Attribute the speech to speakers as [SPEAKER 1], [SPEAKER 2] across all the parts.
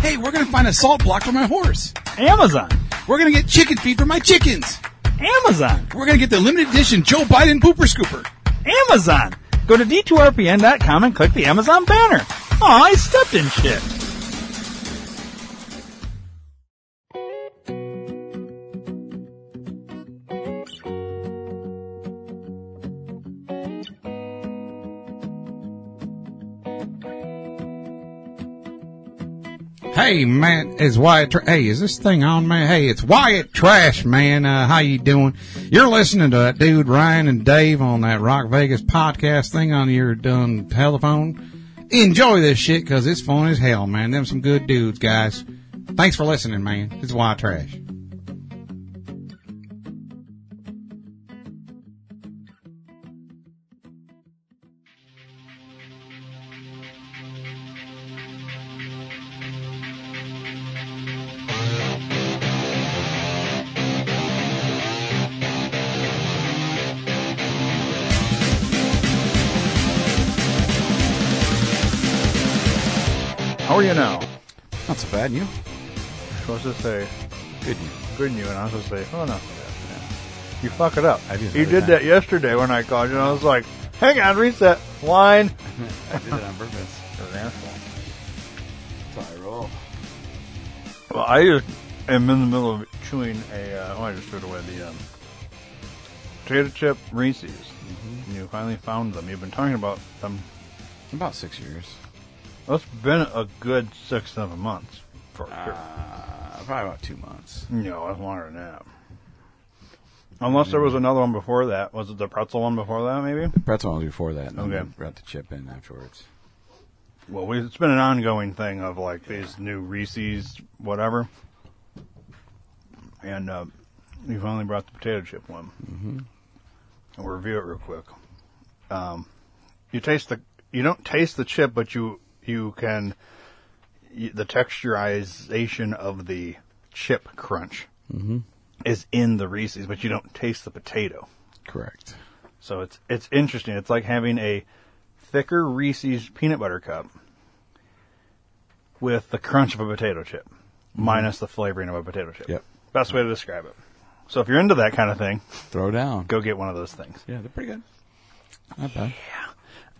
[SPEAKER 1] Hey, we're gonna find a salt block for my horse.
[SPEAKER 2] Amazon.
[SPEAKER 1] We're gonna get chicken feed for my chickens.
[SPEAKER 2] Amazon.
[SPEAKER 1] We're gonna get the limited edition Joe Biden pooper scooper.
[SPEAKER 2] Amazon. Go to d2rpn.com and click the Amazon banner. Aw, I stepped in shit.
[SPEAKER 3] Hey man, it's Wyatt. Tra- hey, is this thing on, man? Hey, it's Wyatt Trash, man. Uh, how you doing? You're listening to that dude Ryan and Dave on that Rock Vegas podcast thing on your done telephone. Enjoy this shit because it's fun as hell, man. Them some good dudes, guys. Thanks for listening, man. It's Wyatt Trash.
[SPEAKER 2] How are you now?
[SPEAKER 3] Not so bad, you?
[SPEAKER 2] I was supposed to say,
[SPEAKER 3] Good. You.
[SPEAKER 2] good you, and I was supposed to say, oh no. You fuck it up.
[SPEAKER 3] I do this
[SPEAKER 2] you
[SPEAKER 3] every
[SPEAKER 2] did
[SPEAKER 3] time.
[SPEAKER 2] that yesterday when I called you, and I was like, hang on, reset, line.
[SPEAKER 3] I did it on purpose.
[SPEAKER 1] That's how I roll.
[SPEAKER 2] Well, I just am in the middle of chewing a. Uh, oh, I just threw it away. The um, potato chip Reese's. And You finally found them. You've been talking about them.
[SPEAKER 3] About six years.
[SPEAKER 2] That's been a good six, seven months for sure.
[SPEAKER 3] Uh, probably about two months.
[SPEAKER 2] No, that's longer than that. Unless there was another one before that. Was it the pretzel one before that? Maybe.
[SPEAKER 3] Pretzel was before that.
[SPEAKER 2] then Okay.
[SPEAKER 3] Brought the chip in afterwards.
[SPEAKER 2] Well, we, it's been an ongoing thing of like these new Reese's, whatever. And uh, you finally brought the potato chip one. Mm-hmm. I'll review it real quick. Um, you taste the you don't taste the chip, but you you can you, the texturization of the chip crunch is in the Reese's, but you don't taste the potato.
[SPEAKER 3] Correct.
[SPEAKER 2] So it's it's interesting. It's like having a thicker Reese's peanut butter cup with the crunch of a potato chip, minus the flavoring of a potato chip.
[SPEAKER 3] Yep.
[SPEAKER 2] Best way to describe it. So if you're into that kind of thing,
[SPEAKER 3] Throw down.
[SPEAKER 2] go get one of those things.
[SPEAKER 3] Yeah, they're pretty good. Not bad.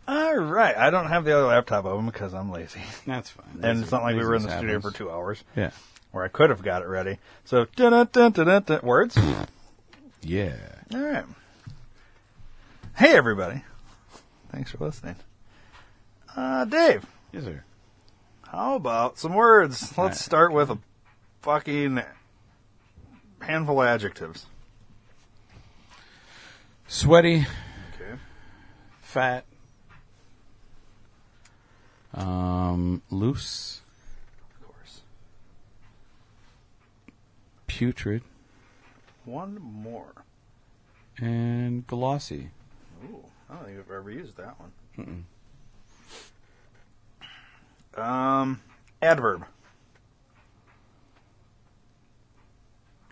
[SPEAKER 2] All right. I don't have the other laptop open because I'm lazy.
[SPEAKER 3] That's fine.
[SPEAKER 2] And it's not like we were in the studio for two hours,
[SPEAKER 3] Yeah.
[SPEAKER 2] where I could have got it ready. So, dun-dun-dun-dun-dun, words. All
[SPEAKER 3] Yeah.
[SPEAKER 2] right. Hey, everybody. Thanks for listening. Uh, Dave.
[SPEAKER 3] Yes, sir.
[SPEAKER 2] How about some words? Let's
[SPEAKER 3] Alright.
[SPEAKER 2] start with a fucking handful of adjectives.
[SPEAKER 3] Sweaty,
[SPEAKER 2] Okay.
[SPEAKER 3] fat, um, loose,
[SPEAKER 2] Of course.
[SPEAKER 3] putrid,
[SPEAKER 2] One more.
[SPEAKER 3] and glossy.
[SPEAKER 2] Ooh, I don't think I've ever used that one. Um, adverb.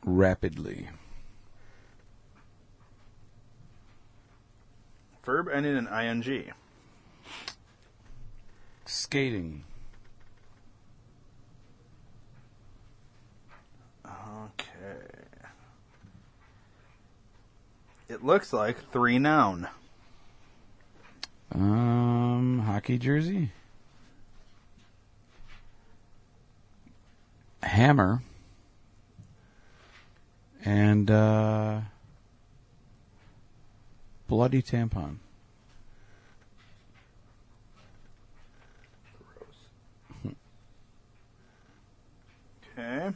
[SPEAKER 3] Rapidly.
[SPEAKER 2] Verb ending in ing.
[SPEAKER 3] Skating.
[SPEAKER 2] Okay. It looks like three noun.
[SPEAKER 3] Um, hockey jersey. Hammer. And, uh, bloody tampon.
[SPEAKER 2] Okay.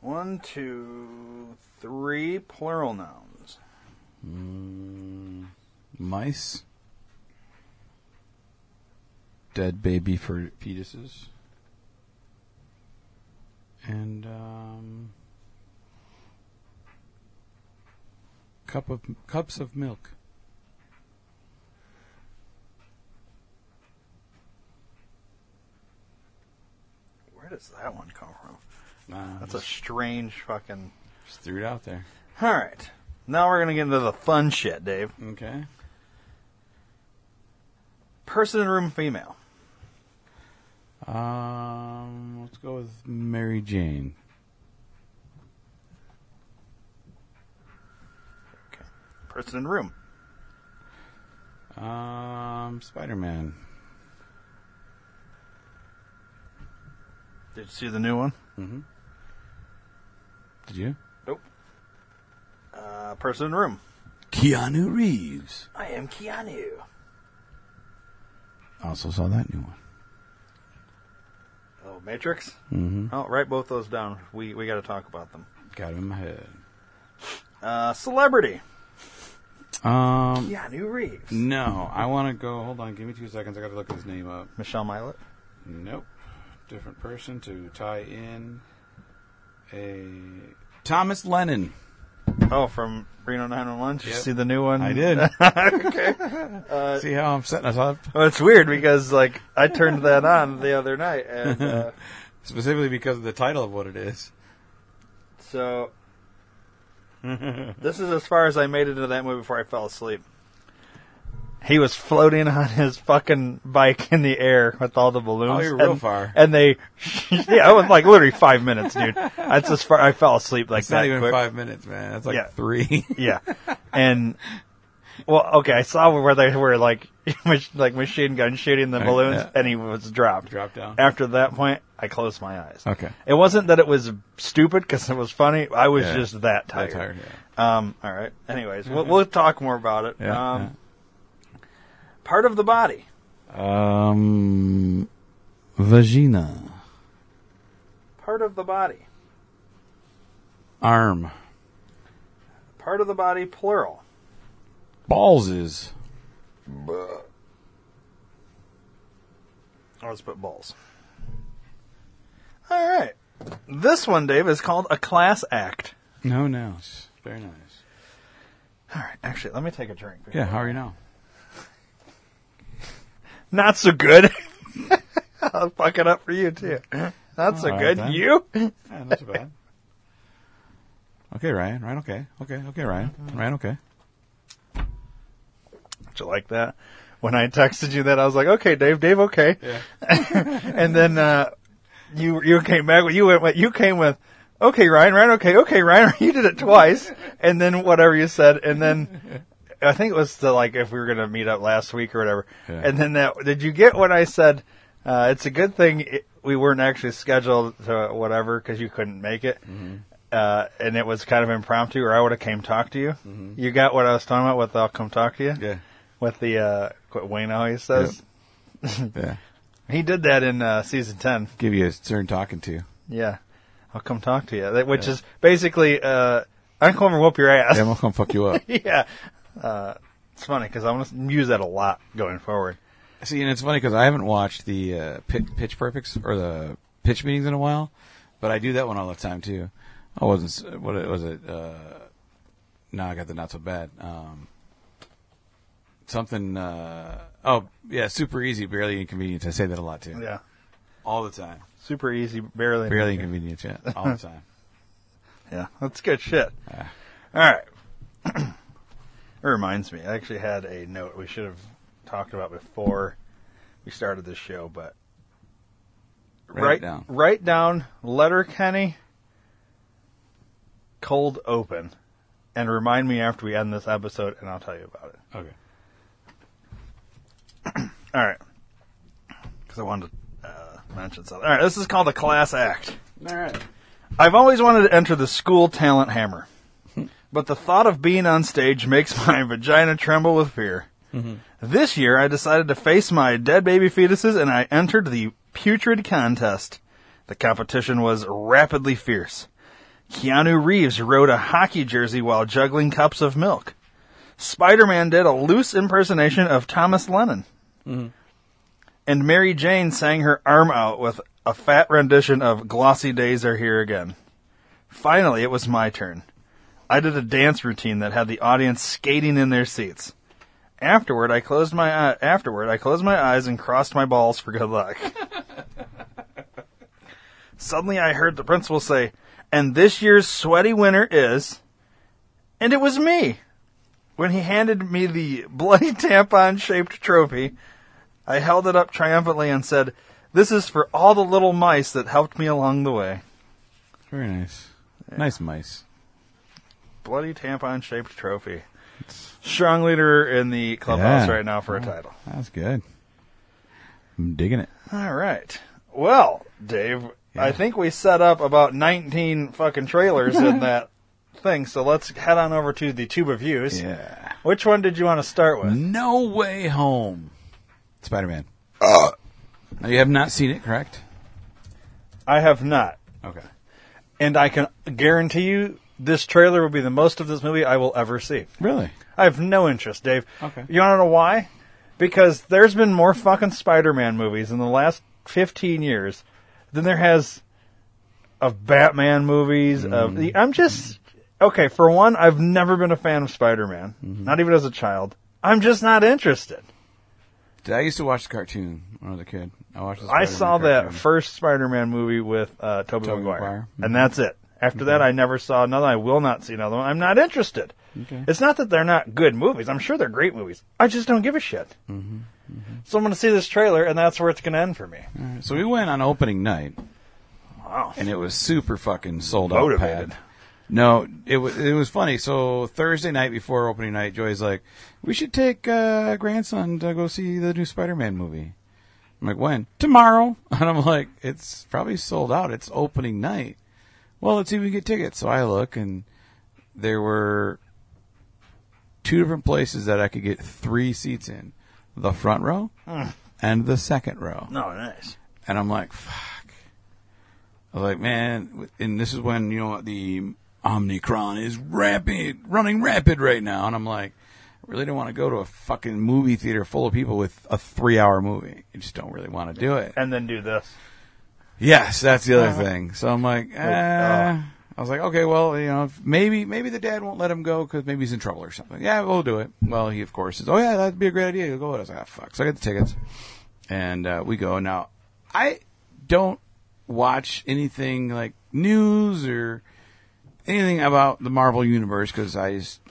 [SPEAKER 2] One, two, three plural nouns.
[SPEAKER 3] mice, dead baby for fetuses, and um, cup of cups of milk.
[SPEAKER 2] Where does that one come from?
[SPEAKER 3] Uh,
[SPEAKER 2] That's a strange fucking.
[SPEAKER 3] just threw it out there.
[SPEAKER 2] All right. Now we're going to get into the fun shit, Dave.
[SPEAKER 3] Okay.
[SPEAKER 2] Person in room female.
[SPEAKER 3] Um, let's go with Mary Jane.
[SPEAKER 1] Person in the room.
[SPEAKER 3] Um, Spider Man.
[SPEAKER 1] Did you see the new one?
[SPEAKER 3] Did you?
[SPEAKER 1] Nope. Uh, person in the room.
[SPEAKER 3] Keanu Reeves.
[SPEAKER 1] I am Keanu.
[SPEAKER 3] Also saw that new one.
[SPEAKER 1] Oh, Matrix. Mm-hmm. Oh, write both those down. We we got to talk about them.
[SPEAKER 3] Got it in my head.
[SPEAKER 1] Uh, celebrity.
[SPEAKER 3] Um,
[SPEAKER 1] Keanu Reeves.
[SPEAKER 3] no, I want to go. Hold on, give me two seconds. I got to look his name up.
[SPEAKER 1] Michelle Milet.
[SPEAKER 3] Nope. Different person to tie in a Thomas Lennon.
[SPEAKER 1] Oh, from Reno 911. Did you
[SPEAKER 3] Yep.
[SPEAKER 1] see the new one?
[SPEAKER 3] I did. Uh,
[SPEAKER 1] okay.
[SPEAKER 3] See how I'm setting us up
[SPEAKER 1] Well, it's weird because like I turned that on the other night, and uh,
[SPEAKER 3] specifically because of the title of what it is.
[SPEAKER 1] so this is as far as I made it into that movie before I fell asleep. He was floating on his fucking bike in the air with all the balloons.
[SPEAKER 3] Oh, you're real
[SPEAKER 1] and,
[SPEAKER 3] far.
[SPEAKER 1] And they, yeah, it was like literally five minutes, dude. That's as far I fell asleep like
[SPEAKER 3] It's
[SPEAKER 1] that.
[SPEAKER 3] not even
[SPEAKER 1] quick.
[SPEAKER 3] five minutes, man. That's like
[SPEAKER 1] Yeah.
[SPEAKER 3] three.
[SPEAKER 1] Yeah, and well, okay, I saw where they were like mach- like machine gun shooting the
[SPEAKER 3] Right,
[SPEAKER 1] balloons,
[SPEAKER 3] yeah.
[SPEAKER 1] and he was dropped.
[SPEAKER 3] Dropped down.
[SPEAKER 1] After that point, I closed my eyes.
[SPEAKER 3] Okay.
[SPEAKER 1] It wasn't that it was stupid because it was funny. I was
[SPEAKER 3] Yeah.
[SPEAKER 1] just that tired.
[SPEAKER 3] That tired, Mm-hmm.
[SPEAKER 1] Um. All right. Anyways, we'll, we'll talk more about it.
[SPEAKER 3] Yeah,
[SPEAKER 1] um, Part of the body.
[SPEAKER 3] Um, vagina,
[SPEAKER 1] Part of the body.
[SPEAKER 3] arm,
[SPEAKER 1] Part of the body. Plural.
[SPEAKER 3] ballses.
[SPEAKER 1] Let's put balls. All right. This one, Dave, is called a class act.
[SPEAKER 3] No, no, very nice.
[SPEAKER 1] All right. Actually, let me take a drink.
[SPEAKER 3] Yeah, how are you now?
[SPEAKER 1] Not so good. I'll fuck it up for you too. Not so
[SPEAKER 3] All right,
[SPEAKER 1] good.
[SPEAKER 3] then.
[SPEAKER 1] You?
[SPEAKER 3] Yeah, not so bad. Okay, Ryan. Ryan, okay, okay, okay, Ryan. Ryan, okay.
[SPEAKER 1] Did you like that? When I texted you that, I was like, "Okay, Dave. Dave, okay." and then uh, you you came back. with- You went. with- You came with, "Okay, Ryan. Ryan, okay, okay, Ryan." You did it twice, and then whatever you said, and then I think it was the like if we were gonna meet up last week or whatever.
[SPEAKER 3] Yeah.
[SPEAKER 1] And then that did you get what I said? Uh, it's a good thing it, we weren't actually scheduled to whatever because you couldn't make it.
[SPEAKER 3] Mm-hmm.
[SPEAKER 1] Uh, and it was kind of impromptu, or I would have came talk to you. You got what I was talking about with "I'll come talk to you."
[SPEAKER 3] Mm-hmm. Yeah,
[SPEAKER 1] with the uh, what Wayne always says.
[SPEAKER 3] yeah.
[SPEAKER 1] He did that in uh, season ten.
[SPEAKER 3] Give you a turn talking to you.
[SPEAKER 1] Yeah, I'll come talk to you. That, which is basically uh, I'm coming to whoop your ass.
[SPEAKER 3] Yeah, I'm gonna fuck you up.
[SPEAKER 1] Yeah, Uh, it's funny because I'm gonna use that a lot going forward.
[SPEAKER 3] See, and it's funny because I haven't watched the uh, pitch, pitch perfects or the pitch meetings in a while, but I do that one all the time too. I wasn't. s- What it- was it? Uh, no, I got the not so bad. Um, something. Uh, oh yeah, super easy, barely inconvenient. I say that a lot too.
[SPEAKER 1] Yeah,
[SPEAKER 3] all the time.
[SPEAKER 1] super easy, barely.
[SPEAKER 3] Barely inconvenient. Yeah, all the time.
[SPEAKER 1] Yeah, that's good shit. All right. it reminds me, I actually had a note we should have talked about before we started this show, but
[SPEAKER 3] Write it down.
[SPEAKER 1] write down letter Kenny cold open and remind me after we end this episode and I'll tell you about it.
[SPEAKER 3] Okay.
[SPEAKER 1] All right. Cuz I wanted to uh, mention something. All right, this is called a class act.
[SPEAKER 3] All right.
[SPEAKER 1] I've always wanted to enter the school talent hammer, but the thought of being on stage makes my vagina tremble with fear. This year, I decided to face my dead baby fetuses and I entered the putrid contest. The competition was rapidly fierce. Keanu Reeves rode a hockey jersey while juggling cups of milk. Spider Man did a loose impersonation of Thomas Lennon. And Mary Jane sang her arm out with a fat rendition of Glossy Days Are Here Again. Finally, it was my turn. I did a dance routine that had the audience skating in their seats. Afterward, I closed my eye- afterward I closed my eyes and crossed my balls for good luck. Suddenly, I heard the principal say, "And this year's sweaty winner is," and it was me. When he handed me the bloody tampon-shaped trophy, I held it up triumphantly and said,
[SPEAKER 2] This is for all the little mice that helped me along the way.
[SPEAKER 3] Very nice. Nice mice.
[SPEAKER 2] Bloody tampon shaped trophy. Strong leader in the clubhouse
[SPEAKER 3] Yeah.
[SPEAKER 2] right now for a title.
[SPEAKER 3] That's good. I'm digging it.
[SPEAKER 2] All right. Well, Dave, I think we set up about 19 fucking trailers in that thing, so let's head on over to the tube of views.
[SPEAKER 3] Yeah.
[SPEAKER 2] Which one did you want to start with?
[SPEAKER 3] No way home. Spider Man. Uh. Now you have not seen it, correct? Mm-hmm.
[SPEAKER 2] I have not.
[SPEAKER 3] Okay.
[SPEAKER 2] And I can guarantee you this trailer will be the most of this movie I will ever see.
[SPEAKER 3] Really?
[SPEAKER 2] I have no interest, Dave.
[SPEAKER 3] Okay.
[SPEAKER 2] You want to know why? Because there's been more fucking Spider-Man movies in the last 15 years than there has of Batman movies. Of
[SPEAKER 3] Mm.
[SPEAKER 2] the, I'm just okay. For one, I've never been a fan of Spider-Man,
[SPEAKER 3] Mm-hmm.
[SPEAKER 2] not even as a child. I'm just not interested.
[SPEAKER 3] I used to watch the cartoon when I was a kid. I watched. The
[SPEAKER 2] I
[SPEAKER 3] Spider-Man
[SPEAKER 2] saw that
[SPEAKER 3] cartoon.
[SPEAKER 2] first Spider-Man movie with uh, Tobey
[SPEAKER 3] Tobey
[SPEAKER 2] Maguire,
[SPEAKER 3] Maguire. Mm-hmm.
[SPEAKER 2] and that's it. After that, I never saw another. I will not see another one. I'm not interested.
[SPEAKER 3] Okay.
[SPEAKER 2] It's not that they're not good movies. I'm sure they're great movies. I just don't give a shit. So I'm going to see this trailer, and that's where it's going to end for me.
[SPEAKER 3] So we went on opening night,
[SPEAKER 2] Wow.
[SPEAKER 3] and it was super fucking sold out.
[SPEAKER 2] Motivated.
[SPEAKER 3] Pat. No, it was it was funny. So Thursday night before opening night, Joy's like, "We should take uh, grandson to go see the new Spider-Man movie." I'm like, "When?" Tomorrow. And I'm like, "It's probably sold out. It's opening night." Well, let's see if we can get tickets. So I look, and there were two different places that I could get three seats in: the front row
[SPEAKER 2] Hmm.
[SPEAKER 3] and the second row.
[SPEAKER 2] No, nice.
[SPEAKER 3] And I'm like, fuck. I was like, man, and this is when, you know, the Omnicron is rapid, running rapid right now. And I'm like, I really don't want to go to a fucking movie theater full of people with a three hour movie. I just don't really want to do it.
[SPEAKER 2] And then do this.
[SPEAKER 3] Yes, that's the other thing. So I'm like, eh.
[SPEAKER 2] uh.
[SPEAKER 3] I was like, okay, well, you know, if- maybe maybe the dad won't let him go because maybe he's in trouble or something. Yeah, we'll do it. Well, he of course says, oh yeah, that'd be a great idea. He'll go. with us. I was like, ah, fuck. So I get the tickets, and uh, we go. Now, I don't watch anything like news or anything about the Marvel universe because I just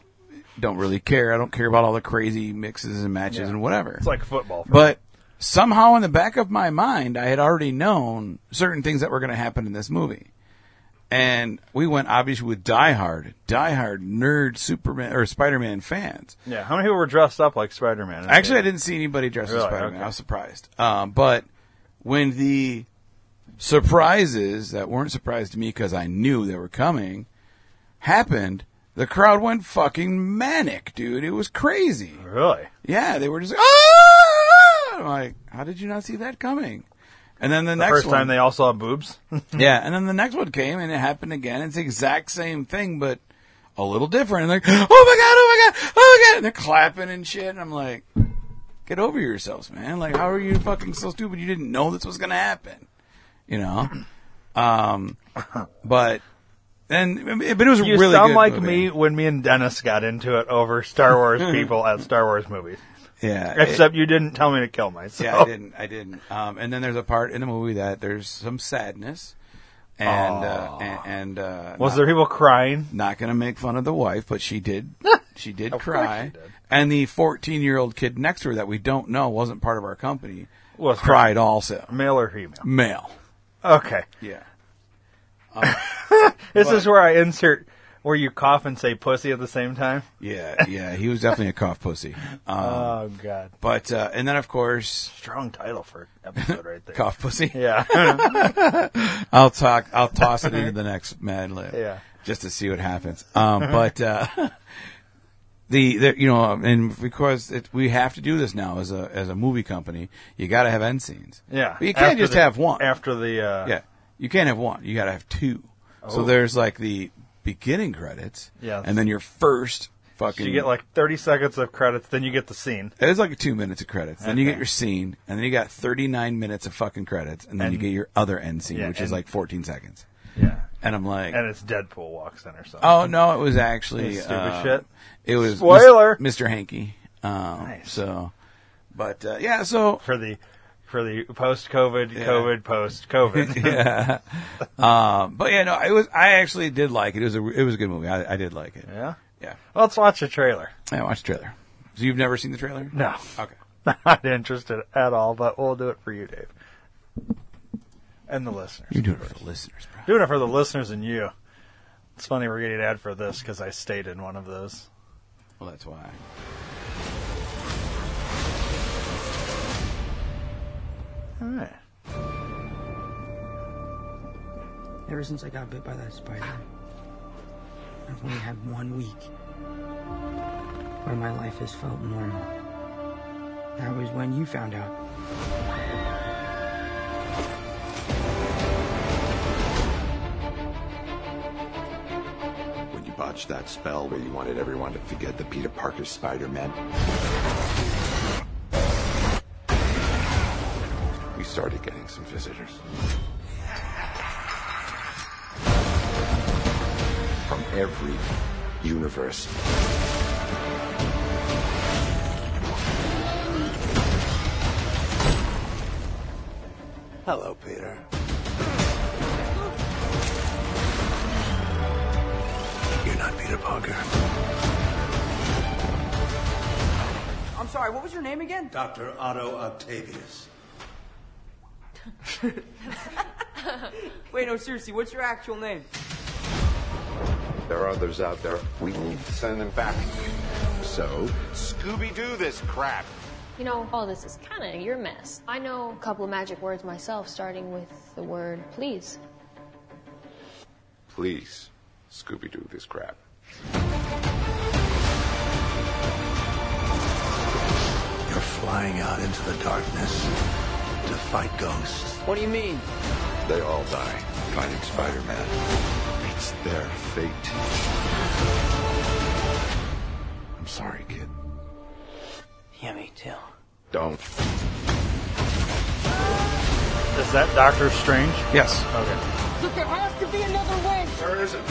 [SPEAKER 3] don't really care. I don't care about all the crazy mixes and matches and whatever.
[SPEAKER 2] It's like football. For
[SPEAKER 3] But somehow in the back of my mind, I had already known certain things that were going to happen in this movie. And we went obviously with diehard, diehard nerd Superman or Spider-Man fans.
[SPEAKER 2] me. yeah. How many people were dressed up like Spider-Man?
[SPEAKER 3] Actually, I didn't see anybody dressed as
[SPEAKER 2] Really?
[SPEAKER 3] Spider-Man.
[SPEAKER 2] Okay.
[SPEAKER 3] I was surprised. Um, but when the surprises that weren't surprised to me because I knew they were coming happened, the crowd went fucking manic, dude. It was crazy.
[SPEAKER 2] Really?
[SPEAKER 3] Yeah, they were just like, ah! I'm like, how did you not see that coming? And then the,
[SPEAKER 2] The
[SPEAKER 3] next
[SPEAKER 2] first
[SPEAKER 3] one,
[SPEAKER 2] time they all saw boobs?
[SPEAKER 3] yeah, and then the next one came and it happened again. It's the exact same thing, but a little different. And like, oh my god, oh my god, oh my god, and they're clapping and shit. And I'm like, get over yourselves, man. Like, how are you fucking so stupid? You didn't know this was gonna happen, you know? Um, but and but it was a
[SPEAKER 2] you
[SPEAKER 3] really
[SPEAKER 2] sound
[SPEAKER 3] good
[SPEAKER 2] like
[SPEAKER 3] movie.
[SPEAKER 2] me when me and Dennis got into it over Star Wars people at Star Wars movies.
[SPEAKER 3] Yeah, it-
[SPEAKER 2] Except you didn't tell me to kill myself.
[SPEAKER 3] Yeah, I didn't. I didn't. Um, and then there's a part in the movie that there's some sadness, and uh, and, and uh,
[SPEAKER 2] Was
[SPEAKER 3] not,
[SPEAKER 2] there people crying?
[SPEAKER 3] not going to make fun of the wife, but she did. she did cry,
[SPEAKER 2] she did.
[SPEAKER 3] and the 14 year old kid next to her that we don't know wasn't part of our company
[SPEAKER 2] Was
[SPEAKER 3] cried also.
[SPEAKER 2] Male or female?
[SPEAKER 3] Male.
[SPEAKER 2] Okay.
[SPEAKER 3] Yeah.
[SPEAKER 2] This is where I insert where you cough and say pussy at the same time.
[SPEAKER 3] Yeah. Yeah. He was definitely a cough pussy. Um,
[SPEAKER 2] Oh, God.
[SPEAKER 3] but uh, and then of course
[SPEAKER 2] Strong title for an episode right there.
[SPEAKER 3] cough pussy.
[SPEAKER 2] Yeah.
[SPEAKER 3] I'll talk. I'll toss it into the next Mad Lib.
[SPEAKER 2] Yeah.
[SPEAKER 3] Just to see what happens. Um, but uh, the, the you know, and because it, we have to do this now as a as a movie company, you got to have end scenes.
[SPEAKER 2] yeah.
[SPEAKER 3] But you can't
[SPEAKER 2] After
[SPEAKER 3] just
[SPEAKER 2] the-
[SPEAKER 3] have one.
[SPEAKER 2] After the, uh,
[SPEAKER 3] Yeah. You can't have one. You got to have two. So
[SPEAKER 2] Oh.
[SPEAKER 3] there's like the beginning credits.
[SPEAKER 2] Yes.
[SPEAKER 3] And then your first fucking.
[SPEAKER 2] you get like 30 seconds of credits, then you get the scene.
[SPEAKER 3] It's like two minutes of credits. Then you
[SPEAKER 2] Okay.
[SPEAKER 3] get your scene, and then you got 39 minutes of fucking credits, and then you
[SPEAKER 2] And-
[SPEAKER 3] get your other end scene,
[SPEAKER 2] Yeah,
[SPEAKER 3] which
[SPEAKER 2] and-
[SPEAKER 3] is like 14 seconds.
[SPEAKER 2] Yeah.
[SPEAKER 3] And I'm like,
[SPEAKER 2] And it's Deadpool walks in or something.
[SPEAKER 3] Oh no, it was actually
[SPEAKER 2] You stupid
[SPEAKER 3] uh,
[SPEAKER 2] shit.
[SPEAKER 3] It was
[SPEAKER 2] Spoiler!
[SPEAKER 3] mis- Mr. Hanky. Um,
[SPEAKER 2] Nice.
[SPEAKER 3] So, but uh, yeah, so
[SPEAKER 2] For the, for the post COVID, COVID, post COVID.
[SPEAKER 3] yeah, um, but yeah, no, it was. I actually did like it. It was a it was a good movie. I, I did like it.
[SPEAKER 2] yeah.
[SPEAKER 3] Yeah,
[SPEAKER 2] Let's watch the trailer.
[SPEAKER 3] I watched the trailer. So you've never seen the trailer?
[SPEAKER 2] No.
[SPEAKER 3] Okay.
[SPEAKER 2] Not interested at all, but we'll do it for you, Dave. and the listeners.
[SPEAKER 3] You're doing it for the listeners, bro.
[SPEAKER 2] Doing it for the listeners and you. It's funny we're getting an ad for this because I stayed in one of those.
[SPEAKER 3] Well, that's why.
[SPEAKER 2] All right.
[SPEAKER 4] Ever since I got bit by that spider, I've only had one week where my life has felt normal. That was when you found out.
[SPEAKER 5] when you botched that spell where you wanted everyone to forget the Peter Parker Spider-Man. We started getting some visitors. From every universe. Hello, Peter. You're not Peter Parker.
[SPEAKER 4] I'm sorry, what was your name again?
[SPEAKER 5] Dr. Otto Octavius.
[SPEAKER 4] Wait, no, seriously, what's your actual name?
[SPEAKER 5] There are others out there. We need to send them back. So, Scooby Doo this crap.
[SPEAKER 6] You know, all this is kind of your mess. I know a couple of magic words myself, starting with the word please.
[SPEAKER 5] Please, Scooby Doo this crap. You're flying out into the darkness to fight ghosts.
[SPEAKER 4] What do you mean?
[SPEAKER 5] They all die fighting Spider Man. It's their fate. I'm sorry, kid.
[SPEAKER 4] Yeah, me too.
[SPEAKER 5] Don't.
[SPEAKER 2] Is that Doctor Strange?
[SPEAKER 3] Yes.
[SPEAKER 2] Okay.
[SPEAKER 5] There isn't.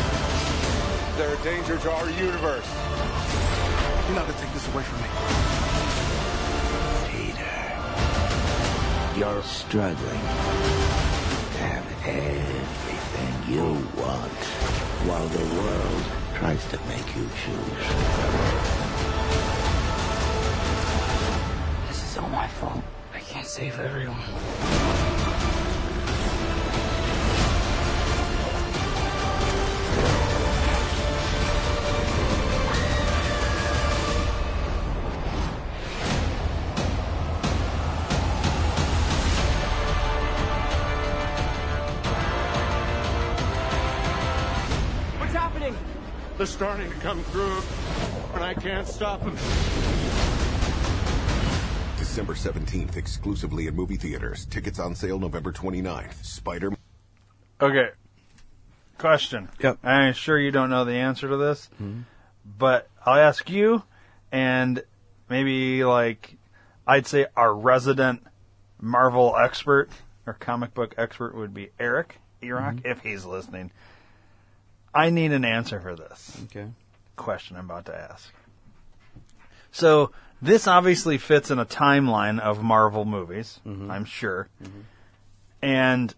[SPEAKER 5] They're a danger to our universe. You're not gonna take this away from me. Peter. You're struggling to have everything you want while the world tries to make you choose.
[SPEAKER 4] This is all my fault. I can't save everyone. What's happening?
[SPEAKER 7] They're starting to come through, and I can't stop them.
[SPEAKER 8] December 17th, exclusively at movie theaters. Tickets on sale November 29th. Spider
[SPEAKER 1] Okay. Question.
[SPEAKER 3] Yep.
[SPEAKER 1] I'm sure you don't know the answer to this, but I'll ask you, and maybe like I'd say our resident Marvel expert or comic book expert would be Eric Erock if he's listening. I need an answer for this
[SPEAKER 3] Okay.
[SPEAKER 1] question I'm about to ask. So this obviously fits in a timeline of Marvel movies, I'm sure. And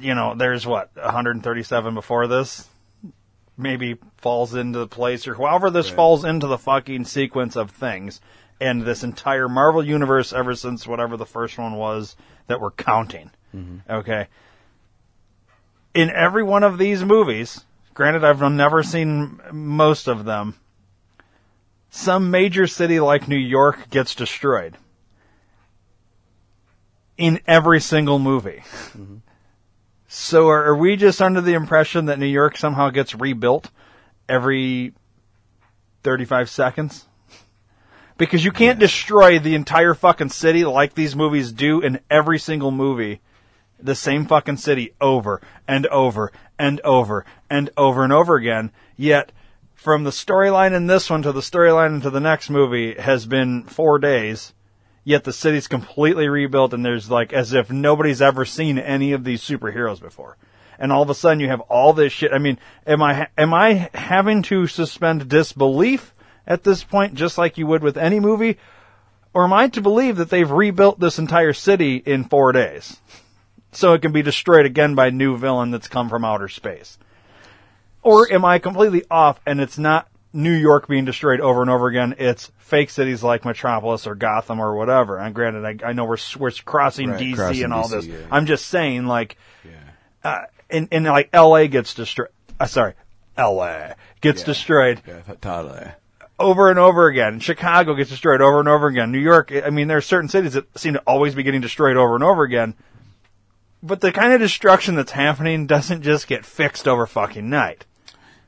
[SPEAKER 1] you know, there's what 137 before this. Maybe falls into the place, or however this falls into the fucking sequence of things, and this entire Marvel universe ever since whatever the first one was that we're counting. Okay, in every one of these movies, granted I've never seen m- most of them, some major city like New York gets destroyed. In every single movie. So are, are we just under the impression that New York somehow gets rebuilt every 35 seconds? Because you can't destroy the entire fucking city like these movies do in every single movie the same fucking city over and over and over and over and over again. Yet, from the storyline in this one to the storyline into the next movie has been four days. Yet the city's completely rebuilt, and there's like as if nobody's ever seen any of these superheroes before. And all of a sudden, you have all this shit. I mean, am I am I having to suspend disbelief at this point, just like you would with any movie, or am I to believe that they've rebuilt this entire city in four days? so it can be destroyed again by a new villain that's come from outer space? Or am I completely off and it's not New York being destroyed over and over again. It's fake cities like Metropolis or Gotham or whatever. And granted, I, I know we're s- we're crossing
[SPEAKER 3] Right,
[SPEAKER 1] DC
[SPEAKER 3] crossing
[SPEAKER 1] and all
[SPEAKER 3] DC,
[SPEAKER 1] this.
[SPEAKER 3] yeah.
[SPEAKER 1] I'm just saying, like, uh, and and like LA gets destroyed. Uh, sorry, LA gets destroyed
[SPEAKER 3] Yeah, I thought totally.
[SPEAKER 1] over and over again. Chicago gets destroyed over and over again. New York, I mean, there are certain cities that seem to always be getting destroyed over and over again. But the kind of destruction that's happening doesn't just get fixed over fucking night.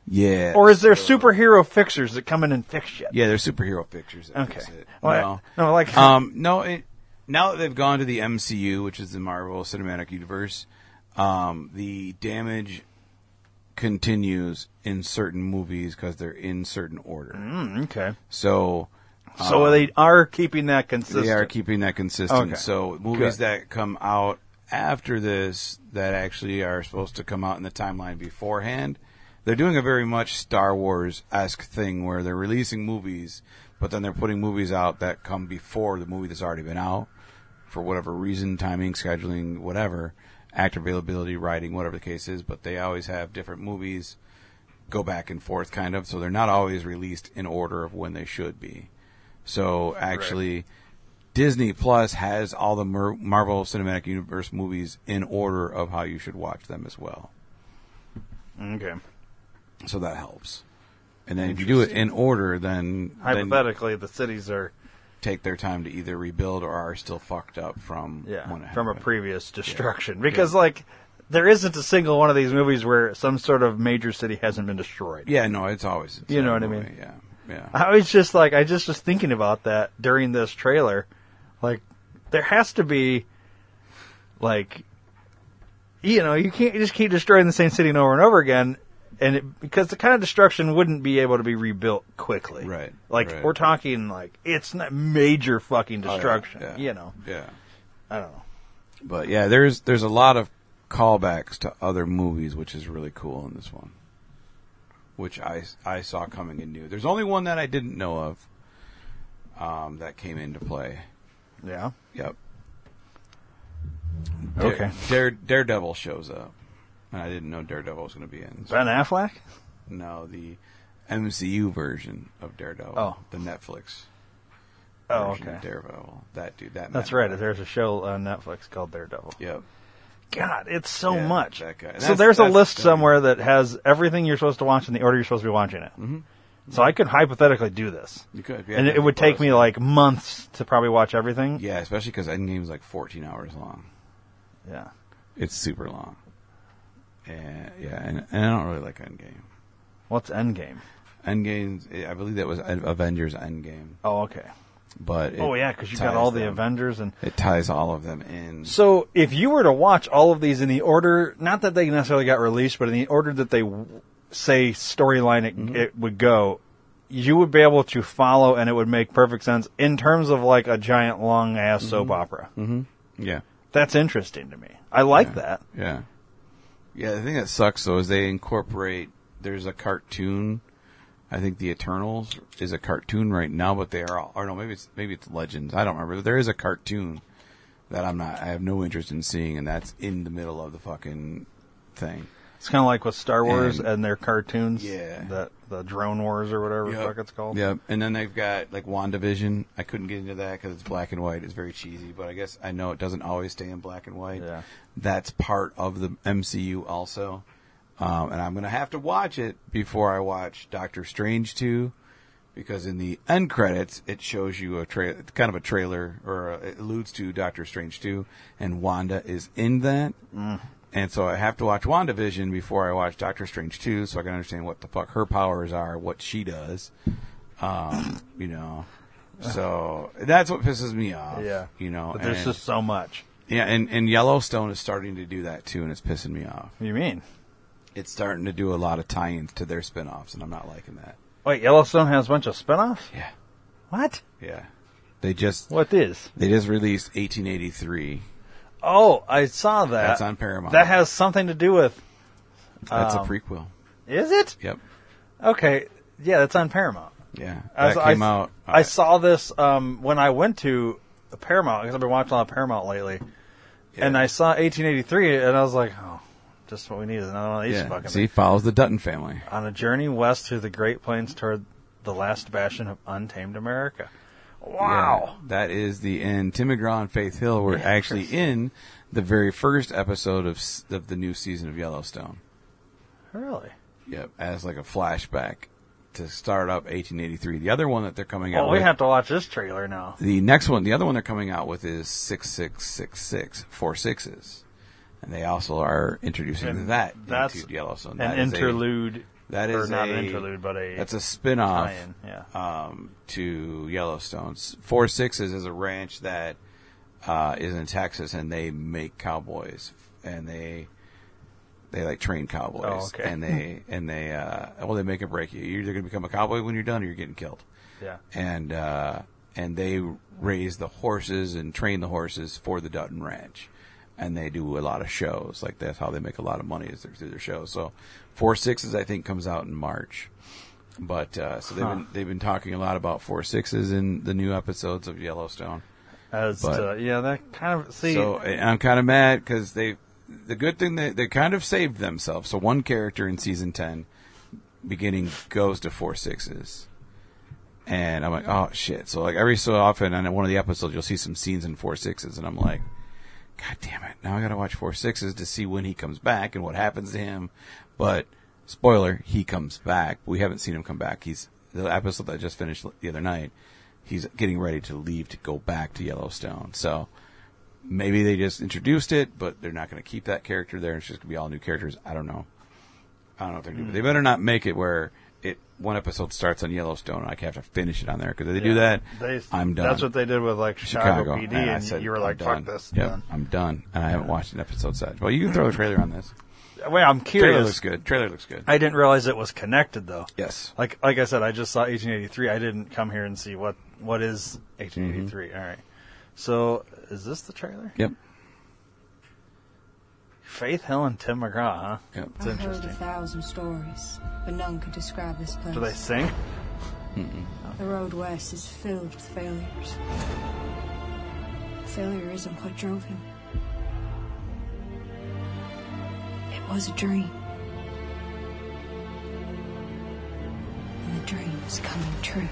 [SPEAKER 3] Yeah.
[SPEAKER 1] Or is there superhero fixers that come in and fix shit?
[SPEAKER 3] Yeah, they're superhero pictures. That
[SPEAKER 1] Okay.
[SPEAKER 3] makes it.
[SPEAKER 1] Well, no, like-
[SPEAKER 3] um, no. It, now that they've gone to the MCU, which is the Marvel Cinematic Universe, um, the damage continues in certain movies because they're in certain order.
[SPEAKER 1] Mm, okay.
[SPEAKER 3] So,
[SPEAKER 1] So
[SPEAKER 3] um,
[SPEAKER 1] they are keeping that consistent.
[SPEAKER 3] they are keeping that consistent.
[SPEAKER 1] Okay.
[SPEAKER 3] So movies
[SPEAKER 1] Good.
[SPEAKER 3] that come out after this that actually are supposed to come out in the timeline beforehand, they're doing a very much Star Wars esque thing where they're releasing movies, but then they're putting movies out that come before the movie that's already been out for whatever reason, timing, scheduling, whatever, actor availability, writing, whatever the case is. But they always have different movies go back and forth, kind of. So they're not always released in order of when they should be. So actually, Disney Plus has all the Mar- Marvel Cinematic Universe movies in order of how you should watch them as well.
[SPEAKER 1] Okay.
[SPEAKER 3] So that helps. And then if you do it in order, then then
[SPEAKER 1] Hypothetically, the cities are
[SPEAKER 3] take their time to either rebuild or are still fucked up from
[SPEAKER 1] yeah
[SPEAKER 3] when it
[SPEAKER 1] from a
[SPEAKER 3] happened.
[SPEAKER 1] previous destruction because like there isn't a single one of these movies where some sort of major city hasn't been destroyed.
[SPEAKER 3] yeah, no, it's always it's
[SPEAKER 1] You know what I
[SPEAKER 3] never-
[SPEAKER 1] mean.
[SPEAKER 3] Yeah, yeah.
[SPEAKER 1] I was just like, I just was thinking about that during this trailer. Like, there has to be, like, you know, you can't just keep destroying the same city over and over again, and it, because the kind of destruction wouldn't be able to be rebuilt quickly.
[SPEAKER 3] Right,
[SPEAKER 1] Like
[SPEAKER 3] right. Oh,
[SPEAKER 1] we're talking like it's not major fucking destruction.
[SPEAKER 3] yeah.
[SPEAKER 1] You know,
[SPEAKER 3] yeah.
[SPEAKER 1] I don't know.
[SPEAKER 3] But yeah, there's there's a lot of callbacks to other movies, which is really cool in this one, which I I saw coming and knew. There's only one that I didn't know of um, that came into play.
[SPEAKER 1] Yeah.
[SPEAKER 3] Yep. Dare-
[SPEAKER 1] Okay.
[SPEAKER 3] Dare Daredevil shows up, and I didn't know Daredevil was going to be in.
[SPEAKER 1] Ben Affleck.
[SPEAKER 3] No, the MCU version of Daredevil.
[SPEAKER 1] Oh.
[SPEAKER 3] the Netflix.
[SPEAKER 1] Oh,
[SPEAKER 3] version
[SPEAKER 1] okay.
[SPEAKER 3] of Daredevil. That dude. That
[SPEAKER 1] That's
[SPEAKER 3] Matt
[SPEAKER 1] right.
[SPEAKER 3] Murdock.
[SPEAKER 1] There's a show on Netflix called Daredevil.
[SPEAKER 3] Yep.
[SPEAKER 1] God, it's so
[SPEAKER 3] Yeah,
[SPEAKER 1] much.
[SPEAKER 3] that guy.
[SPEAKER 1] So
[SPEAKER 3] That's-
[SPEAKER 1] there's a
[SPEAKER 3] that's
[SPEAKER 1] list
[SPEAKER 3] the-
[SPEAKER 1] somewhere that has everything you're supposed to watch in the order you're supposed to be watching it. Mm-hmm. So I could hypothetically do this,
[SPEAKER 3] You could. if you had
[SPEAKER 1] and it
[SPEAKER 3] Disney
[SPEAKER 1] would take
[SPEAKER 3] Plus.
[SPEAKER 1] me like months to probably watch everything.
[SPEAKER 3] Yeah, especially because Endgame is like 14 hours long.
[SPEAKER 1] Yeah.
[SPEAKER 3] It's super long. And yeah, and, and I don't really like Endgame.
[SPEAKER 1] What's Endgame?
[SPEAKER 3] Endgame, eh, I believe that was Ad- Avengers Endgame,
[SPEAKER 1] Oh, okay.
[SPEAKER 3] but it
[SPEAKER 1] oh, yeah, because you got
[SPEAKER 3] ties
[SPEAKER 1] all the
[SPEAKER 3] them-
[SPEAKER 1] Avengers and.
[SPEAKER 3] It ties all of them in.
[SPEAKER 1] So if you were to watch all of these in the order, not that they necessarily got released, but in the order that they w- say storyline it,
[SPEAKER 3] Mm-hmm.
[SPEAKER 1] it would go, you would be able to follow, and it would make perfect sense in terms of like a giant long ass soap
[SPEAKER 3] Mm-hmm.
[SPEAKER 1] opera.
[SPEAKER 3] yeah,
[SPEAKER 1] That's interesting to me. I like that.
[SPEAKER 3] yeah, yeah. The thing that sucks though is they incorporate. There's a cartoon. I think the Eternals is a cartoon right now, but they are all, or no, maybe it's maybe it's Legends. I don't remember. But there is a cartoon that I'm not. I have no interest in seeing, and that's in the middle of the fucking thing.
[SPEAKER 1] It's kind of like with Star Wars and,
[SPEAKER 3] And-
[SPEAKER 1] their cartoons,
[SPEAKER 3] Yeah.
[SPEAKER 1] the the drone wars or whatever the fuck it's called.
[SPEAKER 3] Yep. And then they've got like WandaVision. I couldn't get into that because it's black and white. It's very cheesy, but I guess I know it doesn't always stay in black and white.
[SPEAKER 1] Yeah.
[SPEAKER 3] That's part of the MCU also. Um, and I'm going to have to watch it before I watch Doctor Strange 2 because in the end credits, it shows you a tra- kind of a trailer or uh it alludes to Doctor Strange 2 and Wanda is in that. And so I have to watch WandaVision before I watch Doctor Strange 2 so I can understand what the fuck her powers are, what she does. Um, you know. So that's what pisses me off.
[SPEAKER 1] Yeah.
[SPEAKER 3] You know.
[SPEAKER 1] But there's
[SPEAKER 3] and-
[SPEAKER 1] just so much.
[SPEAKER 3] yeah, and, and Yellowstone is starting to do that too and it's pissing me off.
[SPEAKER 1] What do you mean?
[SPEAKER 3] It's starting to do a lot of tie-ins to their spin-offs and I'm not liking that.
[SPEAKER 1] Wait, Yellowstone has a bunch of spinoffs.
[SPEAKER 3] Yeah.
[SPEAKER 1] What?
[SPEAKER 3] Yeah. They just
[SPEAKER 1] What is?
[SPEAKER 3] they just released 1883.
[SPEAKER 1] Oh, I saw that.
[SPEAKER 3] That's on Paramount.
[SPEAKER 1] That has something to do with.
[SPEAKER 3] That's
[SPEAKER 1] Um,
[SPEAKER 3] a prequel.
[SPEAKER 1] Is it?
[SPEAKER 3] Yep.
[SPEAKER 1] Okay. Yeah, that's on Paramount.
[SPEAKER 3] Yeah.
[SPEAKER 1] As
[SPEAKER 3] That
[SPEAKER 1] I,
[SPEAKER 3] came out. uh,
[SPEAKER 1] I saw this um, when I went to Paramount because I've been watching a lot of Paramount lately, and I saw 1883, and I was like, oh, just what we need is another one of these
[SPEAKER 3] yeah.
[SPEAKER 1] fucking
[SPEAKER 3] See, follows the Dutton family.
[SPEAKER 1] on a journey west through the Great Plains toward
[SPEAKER 2] the last bastion of untamed America.
[SPEAKER 3] Yeah,
[SPEAKER 2] Wow.
[SPEAKER 3] that is the end. Tim McGraw and Faith Hill were actually in the very first episode of, s- of the new season of Yellowstone.
[SPEAKER 2] Really?
[SPEAKER 3] Yep, as like a flashback to start up 1883. The other one that they're coming out
[SPEAKER 2] Well, Oh, we
[SPEAKER 3] with,
[SPEAKER 2] have to watch this trailer now.
[SPEAKER 3] the next one, the other one they're coming out with is 6666, four sixes. And they also are introducing
[SPEAKER 2] And
[SPEAKER 3] that
[SPEAKER 2] that's
[SPEAKER 3] into Yellowstone.
[SPEAKER 2] an
[SPEAKER 3] That is a-
[SPEAKER 2] interlude-
[SPEAKER 3] that
[SPEAKER 2] or
[SPEAKER 3] is
[SPEAKER 2] not
[SPEAKER 3] a,
[SPEAKER 2] an interlude, but a
[SPEAKER 3] that's a spin-off
[SPEAKER 2] tie-in, yeah.
[SPEAKER 3] um, to Yellowstone. S- Four Sixes is a ranch that uh, is in Texas, and they make cowboys, and they they like train cowboys,
[SPEAKER 2] Oh, okay.
[SPEAKER 3] and they and they uh, well they make or break you. You're either going to become a cowboy when you're done, or you're getting killed.
[SPEAKER 2] Yeah.
[SPEAKER 3] and uh, and they raise the horses and train the horses for the Dutton Ranch. And they do a lot of shows, like that's how they make a lot of money is through- through their shows. So, Four Sixes I think comes out in March. But uh, so they've
[SPEAKER 2] Huh.
[SPEAKER 3] been they've been talking a lot about four sixes in the new episodes of Yellowstone.
[SPEAKER 2] As
[SPEAKER 3] But-
[SPEAKER 2] to, yeah, that kind of see.
[SPEAKER 3] so I- I'm kind of mad because they the good thing they they kind of saved themselves. So one character in season ten beginning goes to four sixes. And I'm like, oh shit! So like every so often, on one of the episodes, you'll see some scenes in four sixes, and I'm like, god damn it! Now I gotta watch four sixes to see when he comes back and what happens to him. But spoiler, he comes back. We haven't seen him come back. He's the episode that I just finished the other night. He's getting ready to leave to go back to Yellowstone. So maybe they just introduced it, but they're not going to keep that character there. It's just going to be all new characters. I don't know. I don't know if they're going to. They better not make it where it one episode starts on Yellowstone. and I have to finish it on there because if they do that,
[SPEAKER 1] They-
[SPEAKER 3] I'm done.
[SPEAKER 1] That's what they did with like Chicago, PD, and,
[SPEAKER 3] I said,
[SPEAKER 1] you were
[SPEAKER 3] I'm
[SPEAKER 1] like,
[SPEAKER 3] done.
[SPEAKER 1] "Fuck this."
[SPEAKER 3] Yep,
[SPEAKER 1] done.
[SPEAKER 3] I'm done, and I haven't watched an episode set. Well, you can throw a trailer on this.
[SPEAKER 2] Wait, I'm
[SPEAKER 3] Trailer
[SPEAKER 2] curious.
[SPEAKER 3] looks good. Trailer looks good.
[SPEAKER 2] I didn't realize it was connected though.
[SPEAKER 3] Yes.
[SPEAKER 2] Like like I said, I just saw 1883. I didn't come here and see what what is 1883.
[SPEAKER 3] Mm-hmm.
[SPEAKER 2] All right. So is this the trailer?
[SPEAKER 3] Yep.
[SPEAKER 2] Faith Hill and Tim McGraw, huh?
[SPEAKER 3] Yep.
[SPEAKER 2] It's
[SPEAKER 9] I've heard
[SPEAKER 2] interesting.
[SPEAKER 9] a thousand stories, but none could describe this place.
[SPEAKER 2] Do they sing?
[SPEAKER 9] The road west is filled with failures. Failure isn't what drove him. It was a dream. And the dream is coming true.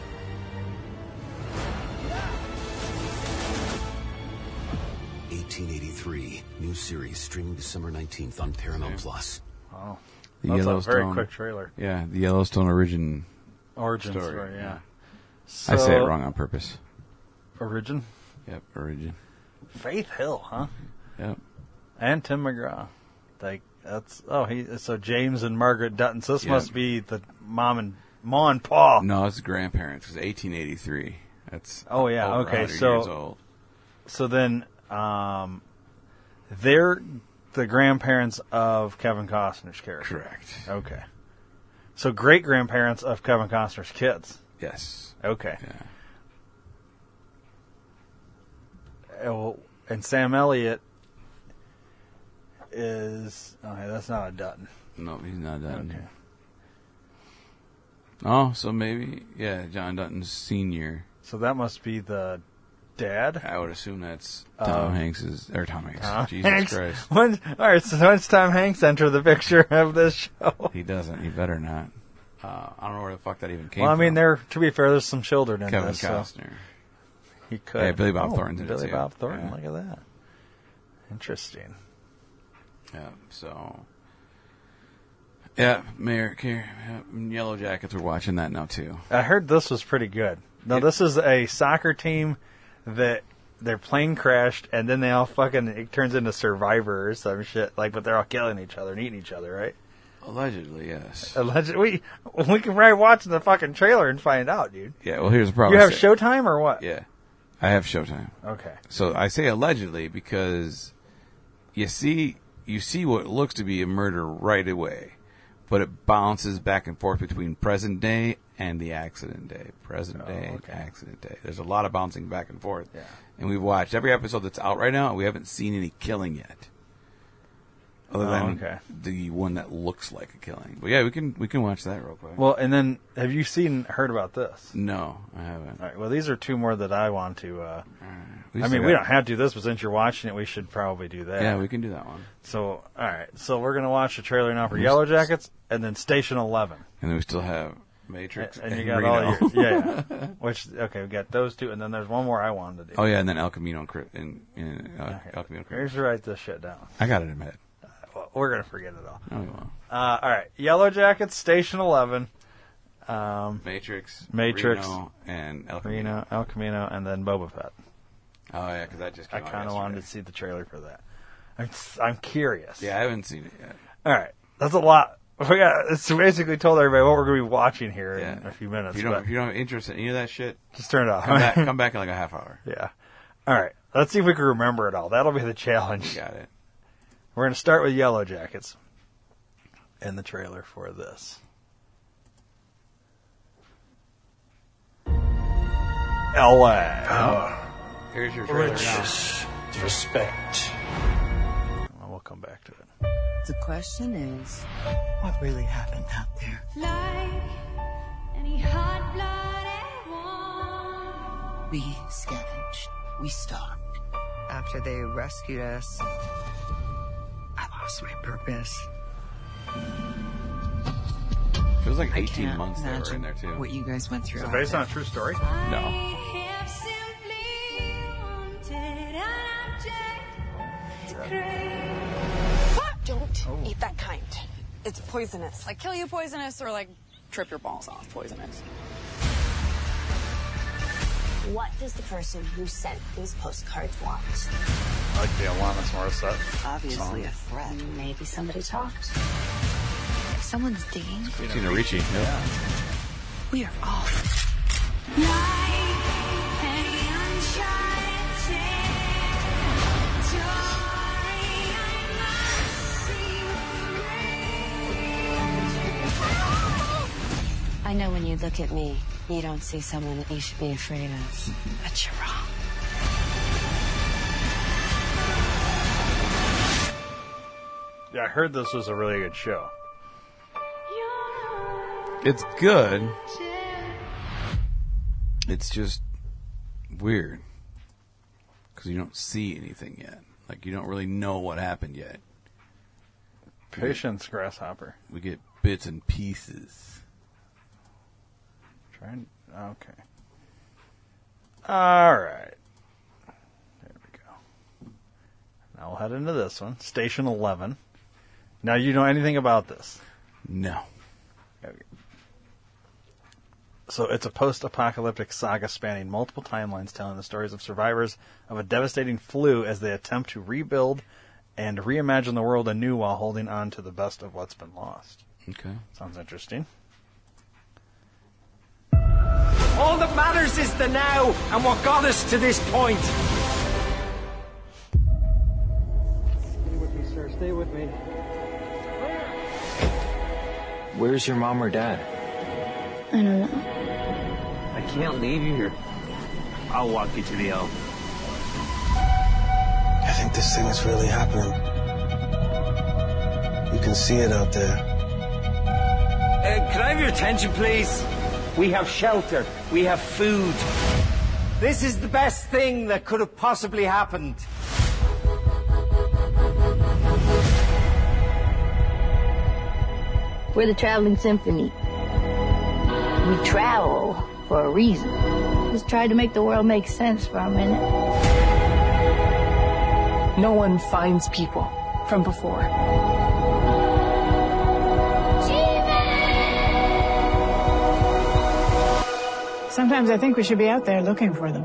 [SPEAKER 10] Eighteen eighty three new series streaming December nineteenth on Paramount Plus.
[SPEAKER 2] Wow.
[SPEAKER 3] The
[SPEAKER 2] That's a very
[SPEAKER 3] Yellowstone-
[SPEAKER 2] quick trailer.
[SPEAKER 3] Yeah, the Yellowstone origin.
[SPEAKER 2] Origin story,
[SPEAKER 3] Story,
[SPEAKER 2] yeah.
[SPEAKER 3] yeah.
[SPEAKER 2] So,
[SPEAKER 3] I say it wrong on purpose.
[SPEAKER 2] Origin?
[SPEAKER 3] Yep, origin.
[SPEAKER 2] Faith Hill, huh?
[SPEAKER 3] Yep.
[SPEAKER 2] And Tim McGraw. Like that's oh he so James and Margaret Dutton. So this
[SPEAKER 3] Yeah.
[SPEAKER 2] must be the mom and ma and pa.
[SPEAKER 3] No, it's grandparents. It's 1883. That's
[SPEAKER 2] Oh yeah,
[SPEAKER 3] over
[SPEAKER 2] okay.
[SPEAKER 3] 100
[SPEAKER 2] So
[SPEAKER 3] years old.
[SPEAKER 2] so then um, they're the grandparents of Kevin Costner's character.
[SPEAKER 3] Correct.
[SPEAKER 2] Okay. So great grandparents of Kevin Costner's kids.
[SPEAKER 3] Yes.
[SPEAKER 2] Okay.
[SPEAKER 3] Yeah.
[SPEAKER 2] Uh, well, And Sam Elliott is okay. That's not a Dutton.
[SPEAKER 3] No, he's not Dutton.
[SPEAKER 2] Okay.
[SPEAKER 3] Oh, so maybe yeah, John Dutton's senior.
[SPEAKER 2] So that must be the dad.
[SPEAKER 3] I would assume that's
[SPEAKER 2] Uh,
[SPEAKER 3] Tom Hanks's or Tom Hanks.
[SPEAKER 2] Tom
[SPEAKER 3] Jesus
[SPEAKER 2] Hanks.
[SPEAKER 3] Christ,
[SPEAKER 2] When, all right, so when's Tom Hanks enter the picture of this show?
[SPEAKER 3] he doesn't. He better not. Uh, I don't know where the fuck that even came.
[SPEAKER 2] Well, I
[SPEAKER 3] from.
[SPEAKER 2] mean, there. To be fair, there's some children in
[SPEAKER 3] Kevin
[SPEAKER 2] this. so
[SPEAKER 3] Costner.
[SPEAKER 2] he could.
[SPEAKER 3] Yeah, Billy Bob
[SPEAKER 2] Oh,
[SPEAKER 3] Thornton did it
[SPEAKER 2] Billy
[SPEAKER 3] too.
[SPEAKER 2] Bob Thornton.
[SPEAKER 3] Yeah.
[SPEAKER 2] Look at that. Interesting.
[SPEAKER 3] Yeah. So. Yeah, Mayor Care, Yellow Jackets are watching that now too.
[SPEAKER 2] I heard this was pretty good. Now this is a soccer team that their plane crashed and then they all fucking it turns into survivor or some shit. Like but they're all killing each other and eating each other, right?
[SPEAKER 3] Allegedly, yes.
[SPEAKER 2] Alleged we we can probably watch the fucking trailer and find out, dude.
[SPEAKER 3] Yeah. Well, here's the problem.
[SPEAKER 2] you have
[SPEAKER 3] Sa-
[SPEAKER 2] Showtime or what?
[SPEAKER 3] Yeah, I have Showtime.
[SPEAKER 2] Okay.
[SPEAKER 3] So I say allegedly because you see you see what looks to be a murder right away, but it bounces back and forth between present day and the accident day. Present
[SPEAKER 2] Oh,
[SPEAKER 3] day, accident day. There's a lot of bouncing back and forth. Yeah. And we've watched every episode that's out right now, and we haven't seen any killing yet. Other
[SPEAKER 2] Oh,
[SPEAKER 3] than
[SPEAKER 2] okay.
[SPEAKER 3] the one that looks like a killing. But yeah, we can we can watch that real quick.
[SPEAKER 2] Well, and then have you seen heard about this?
[SPEAKER 3] no, I haven't.
[SPEAKER 2] All right. Well, these are two more that I want to. Uh,
[SPEAKER 3] We
[SPEAKER 2] I
[SPEAKER 3] still
[SPEAKER 2] mean, we
[SPEAKER 3] got-
[SPEAKER 2] don't have to do this, but since you're watching it, we should probably do that.
[SPEAKER 3] Yeah, we can do that one.
[SPEAKER 2] So, all right. So we're gonna watch the trailer now for Yellow Jackets, and then Station Eleven.
[SPEAKER 3] And then we still have Matrix
[SPEAKER 2] and, you
[SPEAKER 3] and
[SPEAKER 2] got
[SPEAKER 3] Reno.
[SPEAKER 2] all your yeah, yeah. Which okay, we got those two, and then there's one more I wanted to do.
[SPEAKER 3] Oh yeah, and then El Camino and Cri- and, and uh, El Camino. and Cri-
[SPEAKER 2] Here's write this shit down.
[SPEAKER 3] I got it in my head.
[SPEAKER 2] Well, We're gonna forget it all.
[SPEAKER 3] Oh, you won't.
[SPEAKER 2] Uh, all right, Yellow Jackets, Station Eleven, um,
[SPEAKER 3] Matrix,
[SPEAKER 2] Matrix,
[SPEAKER 3] Reno, and El Camino.
[SPEAKER 2] Reno, El Camino, and then Boba Fett.
[SPEAKER 3] Oh yeah, because that just
[SPEAKER 2] I
[SPEAKER 3] came out
[SPEAKER 2] kind of wanted to see the trailer for that. I'm s- I'm curious.
[SPEAKER 3] Yeah, I haven't seen it yet.
[SPEAKER 2] All right, that's a lot. We got it's basically told everybody what we're gonna be watching here in a few minutes.
[SPEAKER 3] If you don't,
[SPEAKER 2] but-
[SPEAKER 3] if you don't have interest in any of that shit,
[SPEAKER 2] Just turn it off.
[SPEAKER 3] Come back, come back in like a half hour.
[SPEAKER 2] Yeah. All right. Let's see if we can remember it all. That'll be the challenge.
[SPEAKER 3] Got it.
[SPEAKER 2] We're going to start with Yellow Jackets and the trailer for this. LA.
[SPEAKER 3] Here's your trailer
[SPEAKER 1] Riches, respect.
[SPEAKER 2] Well, we'll come back to it.
[SPEAKER 4] The question is, what really happened out there? We scavenged. We stalked. After they rescued us, I lost my purpose.
[SPEAKER 3] Feels like
[SPEAKER 4] I
[SPEAKER 3] 18
[SPEAKER 4] can't
[SPEAKER 3] months they were
[SPEAKER 4] imagine
[SPEAKER 3] in there too.
[SPEAKER 4] What you guys went through.
[SPEAKER 3] So
[SPEAKER 4] out
[SPEAKER 3] based
[SPEAKER 4] there.
[SPEAKER 3] on a true story?
[SPEAKER 2] No.
[SPEAKER 11] Don't eat that kind. It's poisonous. Like kill you poisonous or like trip your balls off poisonous.
[SPEAKER 5] What does the person who sent these postcards want?
[SPEAKER 2] I like the Alanis Morissette.
[SPEAKER 5] Obviously
[SPEAKER 2] song.
[SPEAKER 5] a threat. Maybe somebody talked. Someone's digging.
[SPEAKER 3] Tina Ricci. Yeah.
[SPEAKER 5] We are all
[SPEAKER 9] I know when you look at me, you don't see someone that you should be afraid of. But you're wrong.
[SPEAKER 2] Yeah, I heard this was a really good show.
[SPEAKER 3] It's good. It's just weird because you don't see anything yet. Like you don't really know what happened yet.
[SPEAKER 2] Patience, Grasshopper.
[SPEAKER 3] We get bits and pieces.
[SPEAKER 2] Trying. Okay. All right. There we go. Now we'll head into this one, Station 11. Now, you know anything about this?
[SPEAKER 3] No.
[SPEAKER 2] So, it's a post apocalyptic saga spanning multiple timelines telling the stories of survivors of a devastating flu as they attempt to rebuild and reimagine the world anew while holding on to the best of what's been lost.
[SPEAKER 3] Okay.
[SPEAKER 2] Sounds interesting.
[SPEAKER 1] All that matters is the now and what got us to this point.
[SPEAKER 12] Stay with me, sir. Stay with me.
[SPEAKER 1] Where's your mom or dad?
[SPEAKER 13] I don't know.
[SPEAKER 1] I can't leave you here. I'll walk you to the elf.
[SPEAKER 14] I think this thing is really happening. You can see it out there.
[SPEAKER 1] Uh, could I have your attention, please? We have shelter. We have food. This is the best thing that could have possibly happened.
[SPEAKER 9] We're the traveling symphony. We travel for a reason. Just try to make the world make sense for a minute.
[SPEAKER 11] No one finds people from before.
[SPEAKER 15] Sometimes I think we should be out there looking for them.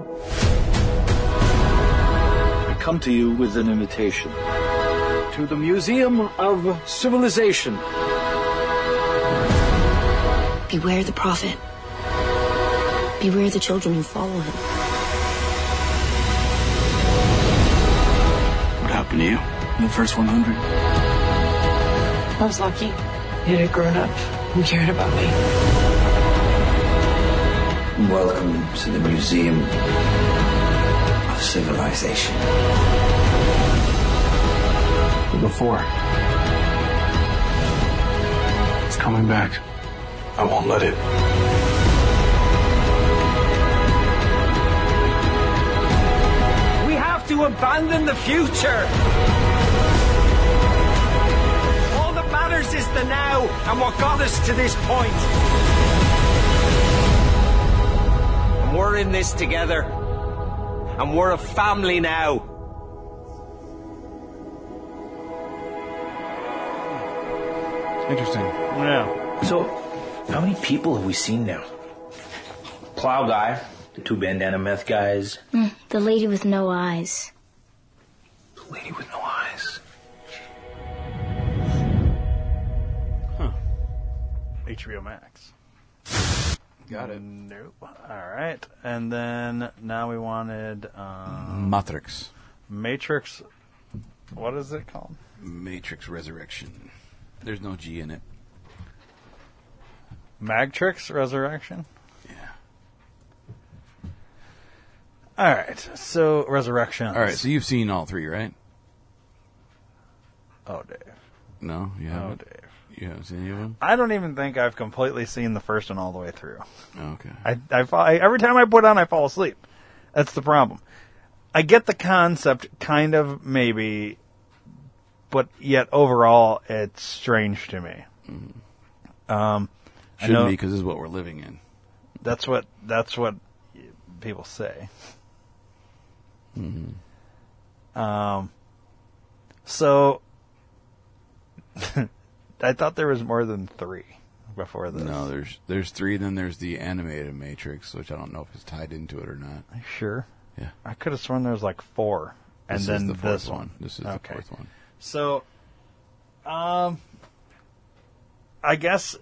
[SPEAKER 1] I come to you with an invitation to the Museum of Civilization.
[SPEAKER 9] Beware the prophet. Beware the children who follow him.
[SPEAKER 1] What happened to you in the first 100?
[SPEAKER 11] I was lucky. You had a grown up who cared about me.
[SPEAKER 1] Welcome to the Museum of Civilization.
[SPEAKER 14] Before. It's coming back. I won't let it.
[SPEAKER 1] We have to abandon the future. All that matters is the now and what got us to this point.
[SPEAKER 16] We're in this together. And we're a family now.
[SPEAKER 3] Interesting.
[SPEAKER 1] Yeah.
[SPEAKER 5] So, how many people have we seen now? Plow guy, the two bandana meth guys,
[SPEAKER 17] Mm, the lady with no eyes.
[SPEAKER 5] the lady with no eyes.
[SPEAKER 1] HBO Max.
[SPEAKER 3] Got it.
[SPEAKER 1] Nope. All right. And then now we wanted um,
[SPEAKER 3] Matrix.
[SPEAKER 1] Matrix. What is it called?
[SPEAKER 3] Matrix Resurrection. There's no G in it.
[SPEAKER 1] Magtrix Resurrection? Yeah. All right. So, Resurrection.
[SPEAKER 3] All right, so you've seen all three, right?
[SPEAKER 1] Oh, Dave.
[SPEAKER 3] No, you
[SPEAKER 1] Oh,
[SPEAKER 3] haven't. You haven't seen any of them.
[SPEAKER 1] I don't even think I've completely seen the first one all the way through.
[SPEAKER 3] Okay.
[SPEAKER 1] I, I, fall, I every time I put it on, I fall asleep. That's the problem. I get the concept, kind of maybe, but yet overall, it's strange to me. Um, I
[SPEAKER 3] Mm-hmm. Shouldn't
[SPEAKER 1] know-
[SPEAKER 3] be because this is what we're living in.
[SPEAKER 1] That's what that's what people say.
[SPEAKER 3] Mm-hmm.
[SPEAKER 1] Um, so I thought there was more than three before this.
[SPEAKER 3] No, there's there's three. Then there's the animated Matrix, which I don't know if it's tied into it or not.
[SPEAKER 1] Are you sure?
[SPEAKER 3] Yeah.
[SPEAKER 1] I could have sworn there was like four, and
[SPEAKER 3] This is
[SPEAKER 1] then
[SPEAKER 3] the fourth
[SPEAKER 1] this one.
[SPEAKER 3] one. This is the
[SPEAKER 1] okay.
[SPEAKER 3] fourth one.
[SPEAKER 1] So, um, I guess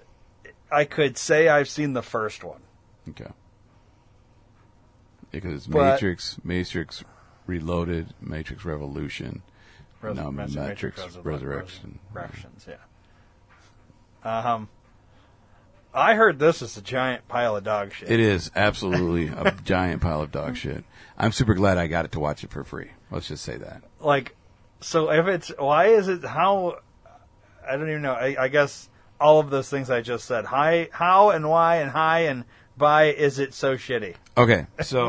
[SPEAKER 1] I could say I've seen the first one.
[SPEAKER 3] Okay. Because it's
[SPEAKER 1] But-
[SPEAKER 3] Matrix, Matrix Reloaded, Matrix Revolution,
[SPEAKER 1] Res-
[SPEAKER 3] now
[SPEAKER 1] Matrix-
[SPEAKER 3] Matrix
[SPEAKER 1] Matrix Resur-
[SPEAKER 3] Resurrection.
[SPEAKER 1] Resurrections, yeah. Um, I heard this is a giant pile of dog shit.
[SPEAKER 3] It is absolutely a giant pile of dog shit. I'm super glad I got it to watch it for free. Let's just say that.
[SPEAKER 1] like so if it's why is it how i don't even know i, I guess all of those things i just said hi how and why and hi and by is it so shitty
[SPEAKER 3] Okay, so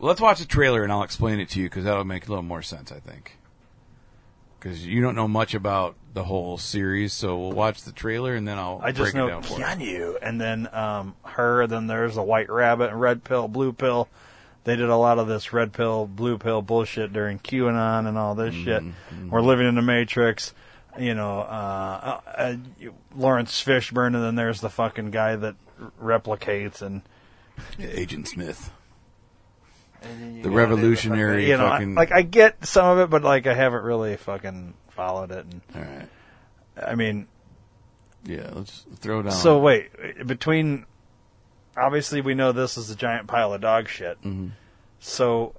[SPEAKER 3] well, let's watch the trailer and I'll explain it to you because that'll make a little more sense, I think. Because you don't know much about the whole series, so we'll watch the trailer and then I'll
[SPEAKER 1] i just
[SPEAKER 3] break
[SPEAKER 1] know
[SPEAKER 3] it down for you.
[SPEAKER 1] Keanu, and then um her then there's a white rabbit and red pill blue pill they did a lot of this red pill blue pill bullshit during qanon and all this shit
[SPEAKER 3] Mm-hmm,
[SPEAKER 1] we're living in the matrix you know uh, uh, uh you- lawrence fishburne and then there's the fucking guy that r- replicates and
[SPEAKER 3] Agent Smith.
[SPEAKER 1] you
[SPEAKER 3] The
[SPEAKER 1] gotta do
[SPEAKER 3] revolutionary
[SPEAKER 1] you know,
[SPEAKER 3] fucking.
[SPEAKER 1] I, like I get some of it, but like I haven't really fucking followed it. And
[SPEAKER 3] All right.
[SPEAKER 1] I mean,
[SPEAKER 3] Yeah, let's throw down.
[SPEAKER 1] so wait between. Obviously, we know this is a giant pile of dog shit.
[SPEAKER 3] Mhm.
[SPEAKER 1] So,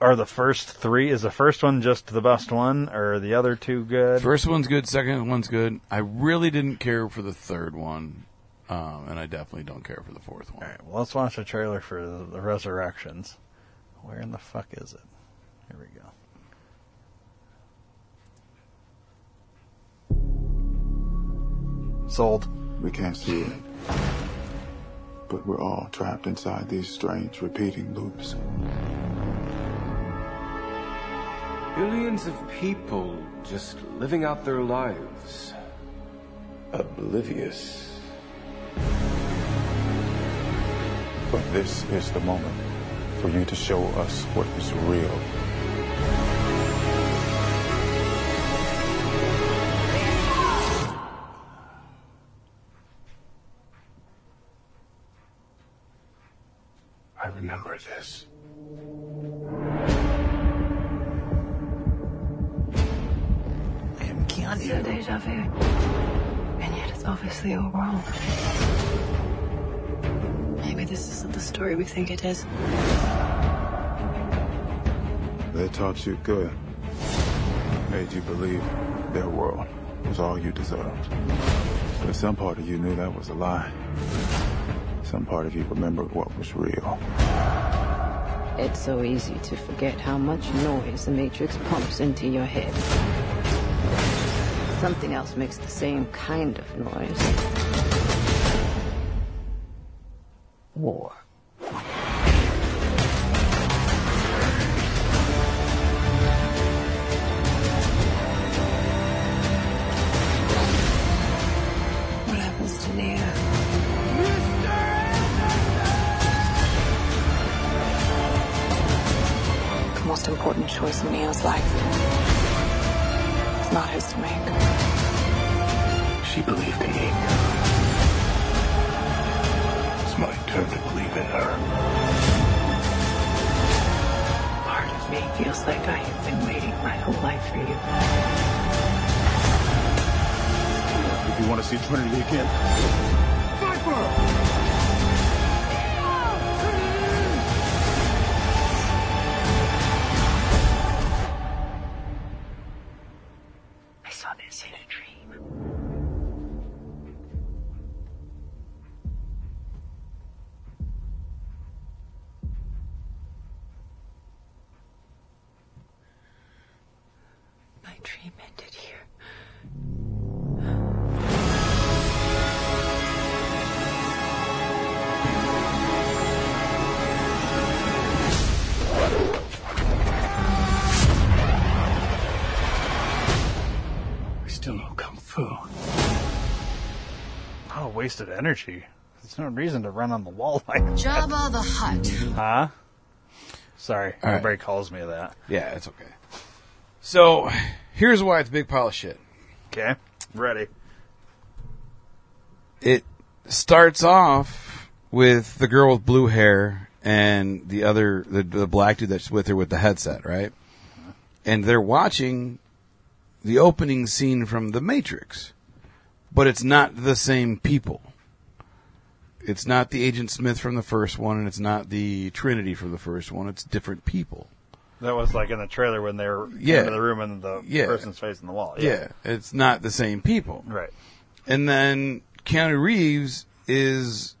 [SPEAKER 1] are the first three? Is the first one just the best one, or are the other two good?
[SPEAKER 3] First one's good. Second one's good. I really didn't care for the third one, um, and I definitely don't care for the fourth one.
[SPEAKER 1] Well, let's watch the trailer for the, the Resurrections. Where in the fuck is it? Here we go. Sold.
[SPEAKER 18] We can't see it. But we're all trapped inside these strange repeating loops.
[SPEAKER 14] Billions of people just living out their lives. Oblivious.
[SPEAKER 18] But this is the moment for you to show us what is real.
[SPEAKER 19] I remember this.
[SPEAKER 9] So deja vu. And yet it's obviously all wrong. Maybe this isn't the story we think it is.
[SPEAKER 18] They taught you good, made you believe their world was all you deserved. But some part of you knew that was a lie. Some part of you remembered what was real.
[SPEAKER 20] It's so easy to forget how much noise the Matrix pumps into your head. Something else makes the same kind of noise. War.
[SPEAKER 9] What happens to Neo?
[SPEAKER 21] most important choice in Neo's life. It's not his to make.
[SPEAKER 14] She believed in me. It's my turn to believe in her.
[SPEAKER 21] Part of me feels like I have been waiting my whole life for you.
[SPEAKER 14] If you want to see Trinity again,
[SPEAKER 21] I saw this in a dream. My dream ended here.
[SPEAKER 14] We still know Kung Fu.
[SPEAKER 2] What Oh, a waste of energy. There's no reason to run on the wall like that.
[SPEAKER 22] Jabba the Hutt.
[SPEAKER 2] Huh? Sorry,
[SPEAKER 3] All right.
[SPEAKER 2] everybody calls me that.
[SPEAKER 3] Yeah, it's okay. So, here's why it's a big pile of shit.
[SPEAKER 2] Okay, ready.
[SPEAKER 3] It starts off with the girl with blue hair and the other, the, the black dude that's with her with the headset, right? And they're watching the opening scene from The Matrix, but it's not the same people. It's not the Agent Smith from the first one, and it's not the Trinity from the first one. It's different people.
[SPEAKER 2] That was like in the trailer when they were
[SPEAKER 3] Yeah.
[SPEAKER 2] in the room and the
[SPEAKER 3] Yeah.
[SPEAKER 2] person's facing the wall.
[SPEAKER 3] Yeah, it's not the same people.
[SPEAKER 2] Right.
[SPEAKER 3] And then Keanu Reeves is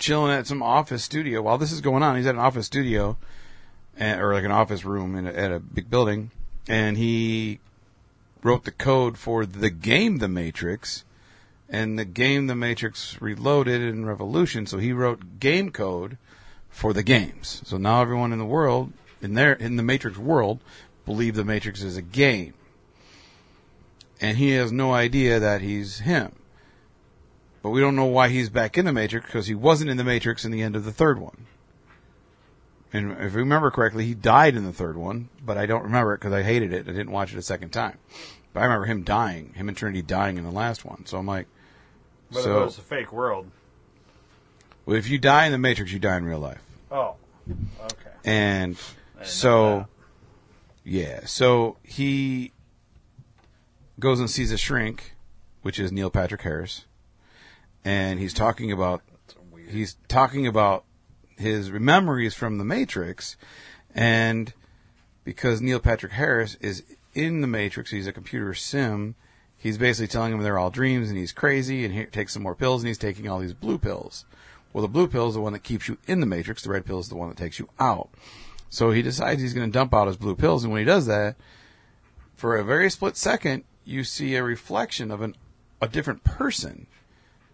[SPEAKER 3] chilling at some office studio while this is going on. He's at an office studio, eh, or like an office room in a, at a big building, and he wrote the code for the game The Matrix, and the game The Matrix Reloaded and Revolution. So he wrote game code for the games. So now everyone in the world, in their in the Matrix world, believe the Matrix is a game, and he has no idea that he's him. But we don't know why he's back in the Matrix because he wasn't in the Matrix in the end of the third one. And if I remember correctly, he died in the third one, but I don't remember it because I hated it. I didn't watch it a second time. But I remember him dying, him and Trinity dying in the last one. So I'm like,
[SPEAKER 2] But
[SPEAKER 3] so
[SPEAKER 2] it was a fake world.
[SPEAKER 3] well, if you die in the Matrix, you die in real life.
[SPEAKER 2] Oh, okay.
[SPEAKER 3] And so, yeah, so he goes and sees a shrink, which is Neil Patrick Harris, and he's talking about he's talking about his memories from the Matrix, and because Neil Patrick Harris is in the Matrix, he's a computer sim. He's basically telling him they're all dreams and he's crazy and he takes some more pills and he's taking all these blue pills. Well, the blue pill is the one that keeps you in the Matrix. The red pill is the one that takes you out. So he decides he's going to dump out his blue pills, and when he does that, for a very split second, you see a reflection of an a different person,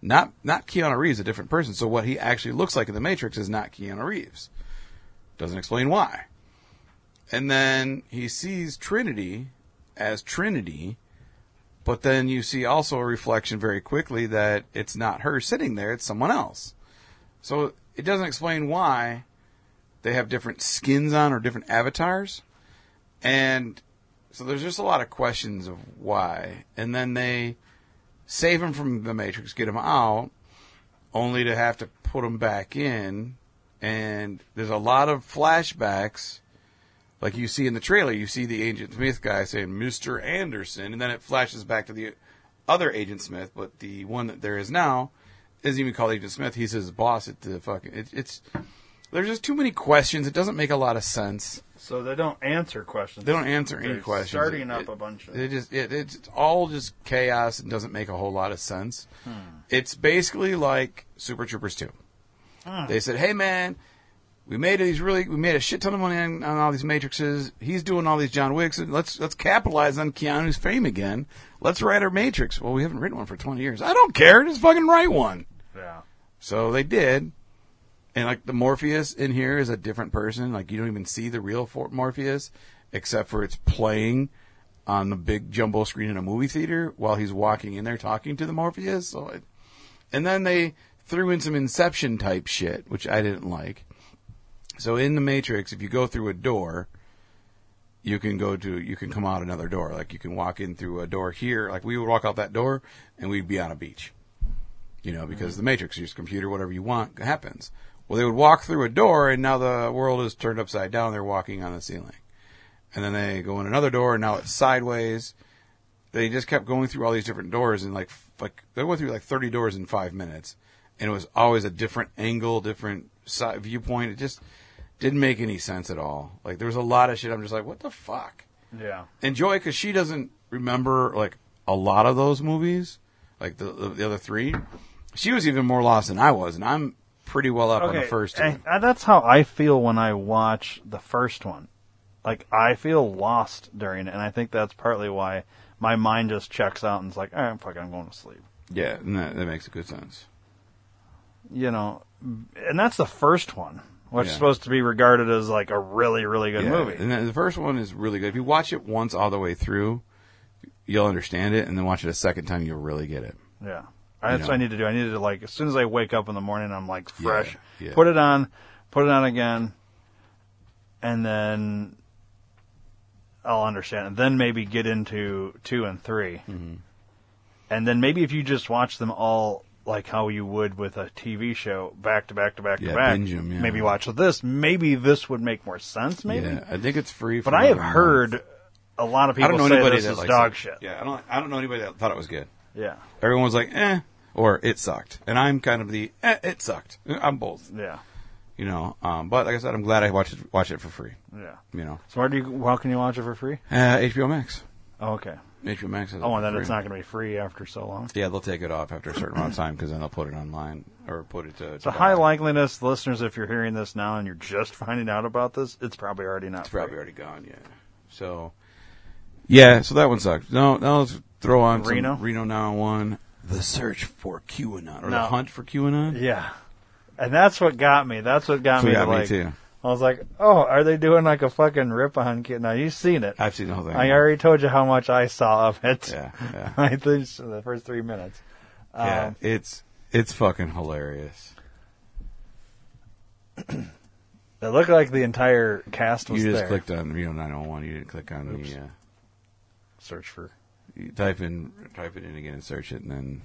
[SPEAKER 3] not not Keanu Reeves, a different person. So what he actually looks like in the Matrix is not Keanu Reeves. Doesn't explain why. And then he sees Trinity as Trinity, but then you see also a reflection very quickly that it's not her sitting there; it's someone else. So it doesn't explain why they have different skins on or different avatars. And so there's just a lot of questions of why. And then they save him from the Matrix, get him out, only to have to put him back in. And there's a lot of flashbacks. Like you see in the trailer, you see the Agent Smith guy saying, Mr. Anderson, and then it flashes back to the other Agent Smith, but the one that there is now isn't even called Agent Smith. He's his boss at the fucking. It, it's. There's just too many questions. It doesn't make a lot of sense.
[SPEAKER 2] So they don't answer questions.
[SPEAKER 3] They don't answer any
[SPEAKER 2] They're
[SPEAKER 3] questions.
[SPEAKER 2] Starting
[SPEAKER 3] It-
[SPEAKER 2] up a bunch of.
[SPEAKER 3] It just it, it's all just chaos and doesn't make a whole lot of sense. It's basically like Super Troopers two.
[SPEAKER 2] Hmm.
[SPEAKER 3] They said, "Hey man, we made these really we made a shit ton of money on, on all these matrices. He's doing all these John Wicks. And let's let's capitalize on Keanu's fame again. Let's write our Matrix. Well, we haven't written one for twenty years. I don't care. Just fucking write one."
[SPEAKER 2] Yeah.
[SPEAKER 3] So they did. And like the Morpheus in here is a different person. Like you don't even see the real For- Morpheus except for it's playing on the big jumbo screen in a movie theater while he's walking in there talking to the Morpheus. So it, and then they threw in some Inception type shit, which I didn't like. So in the Matrix, if you go through a door, you can go to you can come out another door. Like you can walk in through a door here. Like we would walk out that door and we'd be on a beach. You know, because the Matrix, your computer, whatever you want happens. Well, they would walk through a door and now the world is turned upside down. They're walking on the ceiling. And then they go in another door and now it's sideways. They just kept going through all these different doors and like f- like they went through like 30 doors in 5 minutes and it was always a different angle, different side viewpoint. It just didn't make any sense at all. Like there was a lot of shit I'm just like what the fuck?
[SPEAKER 1] Yeah.
[SPEAKER 3] And Joy, because she doesn't remember like a lot of those movies, like the the, the other three, she was even more lost than I was, and I'm pretty well up on the first
[SPEAKER 2] eh,
[SPEAKER 3] two.
[SPEAKER 2] uh,
[SPEAKER 1] and- and that's how I feel when I watch the first one. Like I feel lost during it, and I think that's partly why my mind just checks out and it's like, all right, fuck, it, I'm going to sleep.
[SPEAKER 3] Yeah, and that, that makes good sense.
[SPEAKER 1] You know, and that's the first one, which is
[SPEAKER 3] Yeah.
[SPEAKER 1] supposed to be regarded as like a really, really good
[SPEAKER 3] Yeah,
[SPEAKER 1] movie.
[SPEAKER 3] And then the first one is really good. If you watch it once all the way through, you'll understand it, and then watch it a second time, you'll really get it.
[SPEAKER 1] Yeah.
[SPEAKER 3] You
[SPEAKER 1] That's
[SPEAKER 3] know.
[SPEAKER 1] what I need to do. I need to like as soon as I wake up in the morning, I'm like fresh.
[SPEAKER 3] yeah.
[SPEAKER 1] Put it on, put it on again, and then I'll understand. And then maybe get into two and 3
[SPEAKER 3] Mm-hmm.
[SPEAKER 1] and then maybe if you just watch them all like how you would with a TV show, back to back to back
[SPEAKER 3] Yeah,
[SPEAKER 1] to back.
[SPEAKER 3] binge 'em, yeah.
[SPEAKER 1] Maybe watch this. Maybe this would make more sense. Maybe.
[SPEAKER 3] Yeah, I think it's free.
[SPEAKER 1] But
[SPEAKER 3] for
[SPEAKER 1] I have
[SPEAKER 3] a month.
[SPEAKER 1] heard a lot of
[SPEAKER 3] I don't know
[SPEAKER 1] people say
[SPEAKER 3] anybody
[SPEAKER 1] this
[SPEAKER 3] that
[SPEAKER 1] is
[SPEAKER 3] likes
[SPEAKER 1] dog
[SPEAKER 3] it.
[SPEAKER 1] shit.
[SPEAKER 3] Yeah, I don't. I don't know anybody that thought it was good.
[SPEAKER 1] Yeah.
[SPEAKER 3] Everyone was like, eh, or it sucked, and I'm kind of the eh, it sucked. I'm both.
[SPEAKER 1] Yeah.
[SPEAKER 3] You know, um, but like I said, I'm glad I watched it, watched it for free.
[SPEAKER 1] Yeah.
[SPEAKER 3] You know,
[SPEAKER 1] So where do you? How can you watch it for free?
[SPEAKER 3] uh, HBO Max.
[SPEAKER 1] Oh, okay.
[SPEAKER 3] HBO Max. Has it
[SPEAKER 1] Oh, and
[SPEAKER 3] for
[SPEAKER 1] then
[SPEAKER 3] free.
[SPEAKER 1] it's not going to be free after so long.
[SPEAKER 3] Yeah, they'll take it off after a certain amount of time because then they'll put it online or put it to.
[SPEAKER 1] It's a high likeliness, listeners, if you're hearing this now and you're just finding out about this, it's probably already not.
[SPEAKER 3] It's probably already gone. Yeah. So. Yeah, so that one sucked. No, no, let's throw on some
[SPEAKER 1] Reno?
[SPEAKER 3] Reno 911. The search for QAnon or the
[SPEAKER 1] No.
[SPEAKER 3] hunt for QAnon.
[SPEAKER 1] Yeah, and that's what got me. That's what
[SPEAKER 3] That's
[SPEAKER 1] got
[SPEAKER 3] what
[SPEAKER 1] me.
[SPEAKER 3] got
[SPEAKER 1] to,
[SPEAKER 3] me,
[SPEAKER 1] like,
[SPEAKER 3] too.
[SPEAKER 1] I was like, oh, are they doing like a fucking rip on kid? Now you've seen it.
[SPEAKER 3] I've seen the whole thing.
[SPEAKER 1] I already told you how much I saw of it.
[SPEAKER 3] Yeah, yeah.
[SPEAKER 1] I think so, the first three minutes.
[SPEAKER 3] Yeah,
[SPEAKER 1] Um,
[SPEAKER 3] it's it's fucking hilarious.
[SPEAKER 1] it looked like the entire cast
[SPEAKER 3] You
[SPEAKER 1] was
[SPEAKER 3] just
[SPEAKER 1] there.
[SPEAKER 3] clicked on Reno 911. You didn't click on
[SPEAKER 1] Oops.
[SPEAKER 3] the. Uh,
[SPEAKER 1] Search for.
[SPEAKER 3] you type in type it in again and search it, and then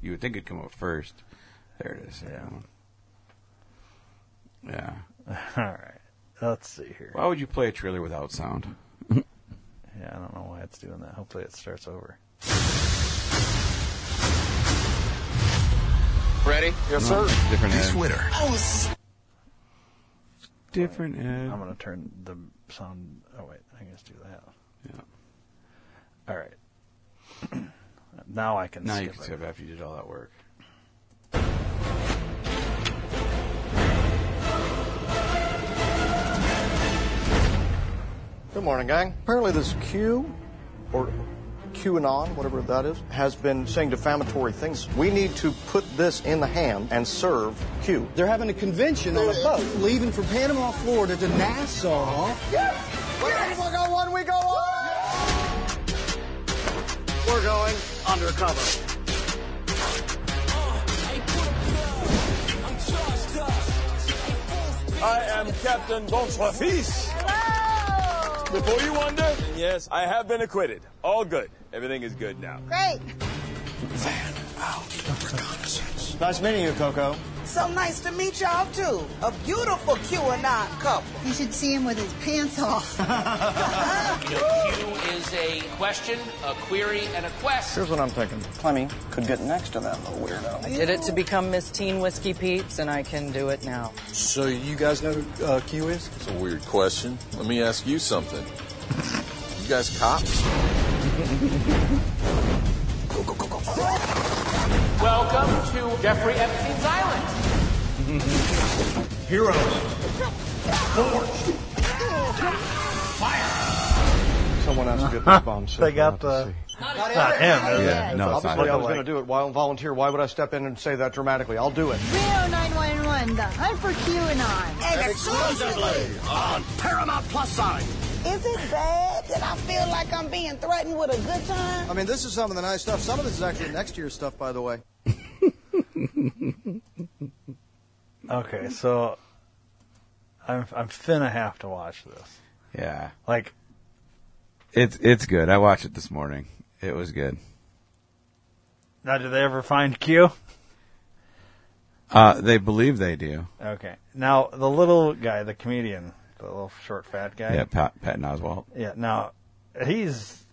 [SPEAKER 3] you would think it'd come up first. There it is. Yeah. Yeah.
[SPEAKER 1] All right, let's see here.
[SPEAKER 3] Why would you play a trailer without sound?
[SPEAKER 1] Yeah, I don't know why it's doing that. Hopefully, it starts over.
[SPEAKER 22] Ready? Yes,
[SPEAKER 3] No, it's a different
[SPEAKER 22] This
[SPEAKER 3] ad.
[SPEAKER 22] winter.
[SPEAKER 3] Different ad.
[SPEAKER 1] I'm gonna turn the sound. Oh wait, I can just do that.
[SPEAKER 3] Yeah.
[SPEAKER 1] All right. now I can.
[SPEAKER 3] Now
[SPEAKER 1] skip
[SPEAKER 3] you can
[SPEAKER 1] it.
[SPEAKER 3] skip after you did all that work.
[SPEAKER 5] Good morning, gang. Apparently, this Q, or QAnon, whatever that is, has been saying defamatory things. We need to put this in the hand and serve Q. They're having a convention
[SPEAKER 6] on a boat leaving from Panama, Florida to Nassau.
[SPEAKER 5] We're going one, we go on! We're going undercover.
[SPEAKER 23] I am Captain Bontrafis. Before you wonder, yes, I have been acquitted. All good. Everything is good now.
[SPEAKER 24] Great.
[SPEAKER 5] Nice meeting you, Coco.
[SPEAKER 24] So nice to meet y'all too. A beautiful QAnon couple.
[SPEAKER 6] You should see him with his pants off.
[SPEAKER 25] You know, Q is a question, a query, and a quest.
[SPEAKER 5] Here's what I'm thinking. Clemmy could get next to that little weirdo.
[SPEAKER 26] I did it to become Miss Teen Whiskey Pete's, and I can do it now.
[SPEAKER 5] So you guys know who uh, Q is?
[SPEAKER 27] It's a weird question. Let me ask you something. You guys cops?
[SPEAKER 25] Welcome to Jeffrey Epstein's Island.
[SPEAKER 5] Hero. Someone has to get this bomb set.
[SPEAKER 1] They got the. Not him. is it?
[SPEAKER 5] Obviously, I was going to do it. Why volunteer? Why would I step in and say that dramatically? I'll do it.
[SPEAKER 6] Rio 911, the hunt for QAnon.
[SPEAKER 24] on Paramount Plus sign. Is it bad that I feel like I'm being threatened with a good time?
[SPEAKER 6] I mean, this is some of the nice stuff. Some of this is actually next year's stuff, by the way.
[SPEAKER 1] Okay, so
[SPEAKER 2] I'm I'm finna have to watch this.
[SPEAKER 3] Yeah.
[SPEAKER 2] Like
[SPEAKER 3] It's it's good. I watched it this morning. It was good.
[SPEAKER 2] now, did they ever find Q?
[SPEAKER 3] Uh, they believe they do.
[SPEAKER 2] Okay. Now the little guy, the comedian, the little short fat guy.
[SPEAKER 3] Yeah, Pat, Patton Oswalt.
[SPEAKER 2] Yeah. Now he's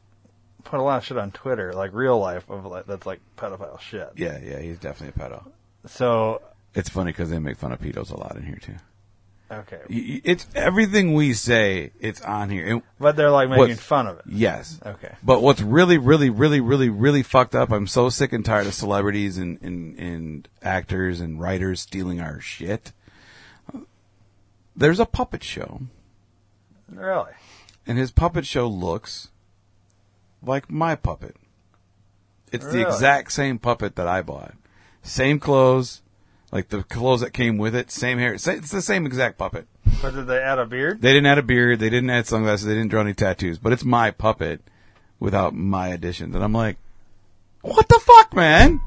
[SPEAKER 2] put a lot of shit on Twitter, like real life of like, that's like pedophile shit.
[SPEAKER 3] Yeah, yeah, he's definitely a pedo.
[SPEAKER 2] So
[SPEAKER 3] It's funny because they make fun of pedos a lot in here too.
[SPEAKER 2] okay,
[SPEAKER 3] Y- y- It's everything we say. It's on here. And
[SPEAKER 2] but they're like making
[SPEAKER 3] what's-
[SPEAKER 2] fun of it.
[SPEAKER 3] Yes.
[SPEAKER 2] Okay.
[SPEAKER 3] But what's really, really, really, really, really fucked up? I'm so sick and tired of celebrities and and, and actors and writers stealing our shit. There's a puppet show,
[SPEAKER 2] Really?
[SPEAKER 3] and his puppet show looks like my puppet. It's the
[SPEAKER 2] Really?
[SPEAKER 3] exact same puppet that I bought. Same clothes, like the clothes that came with it. Same hair. sa- It's the same exact puppet.
[SPEAKER 2] But did they add a beard?
[SPEAKER 3] They didn't add a beard. They didn't add sunglasses. They didn't draw any tattoos. But it's my puppet without my additions. And I'm like, what the fuck, man?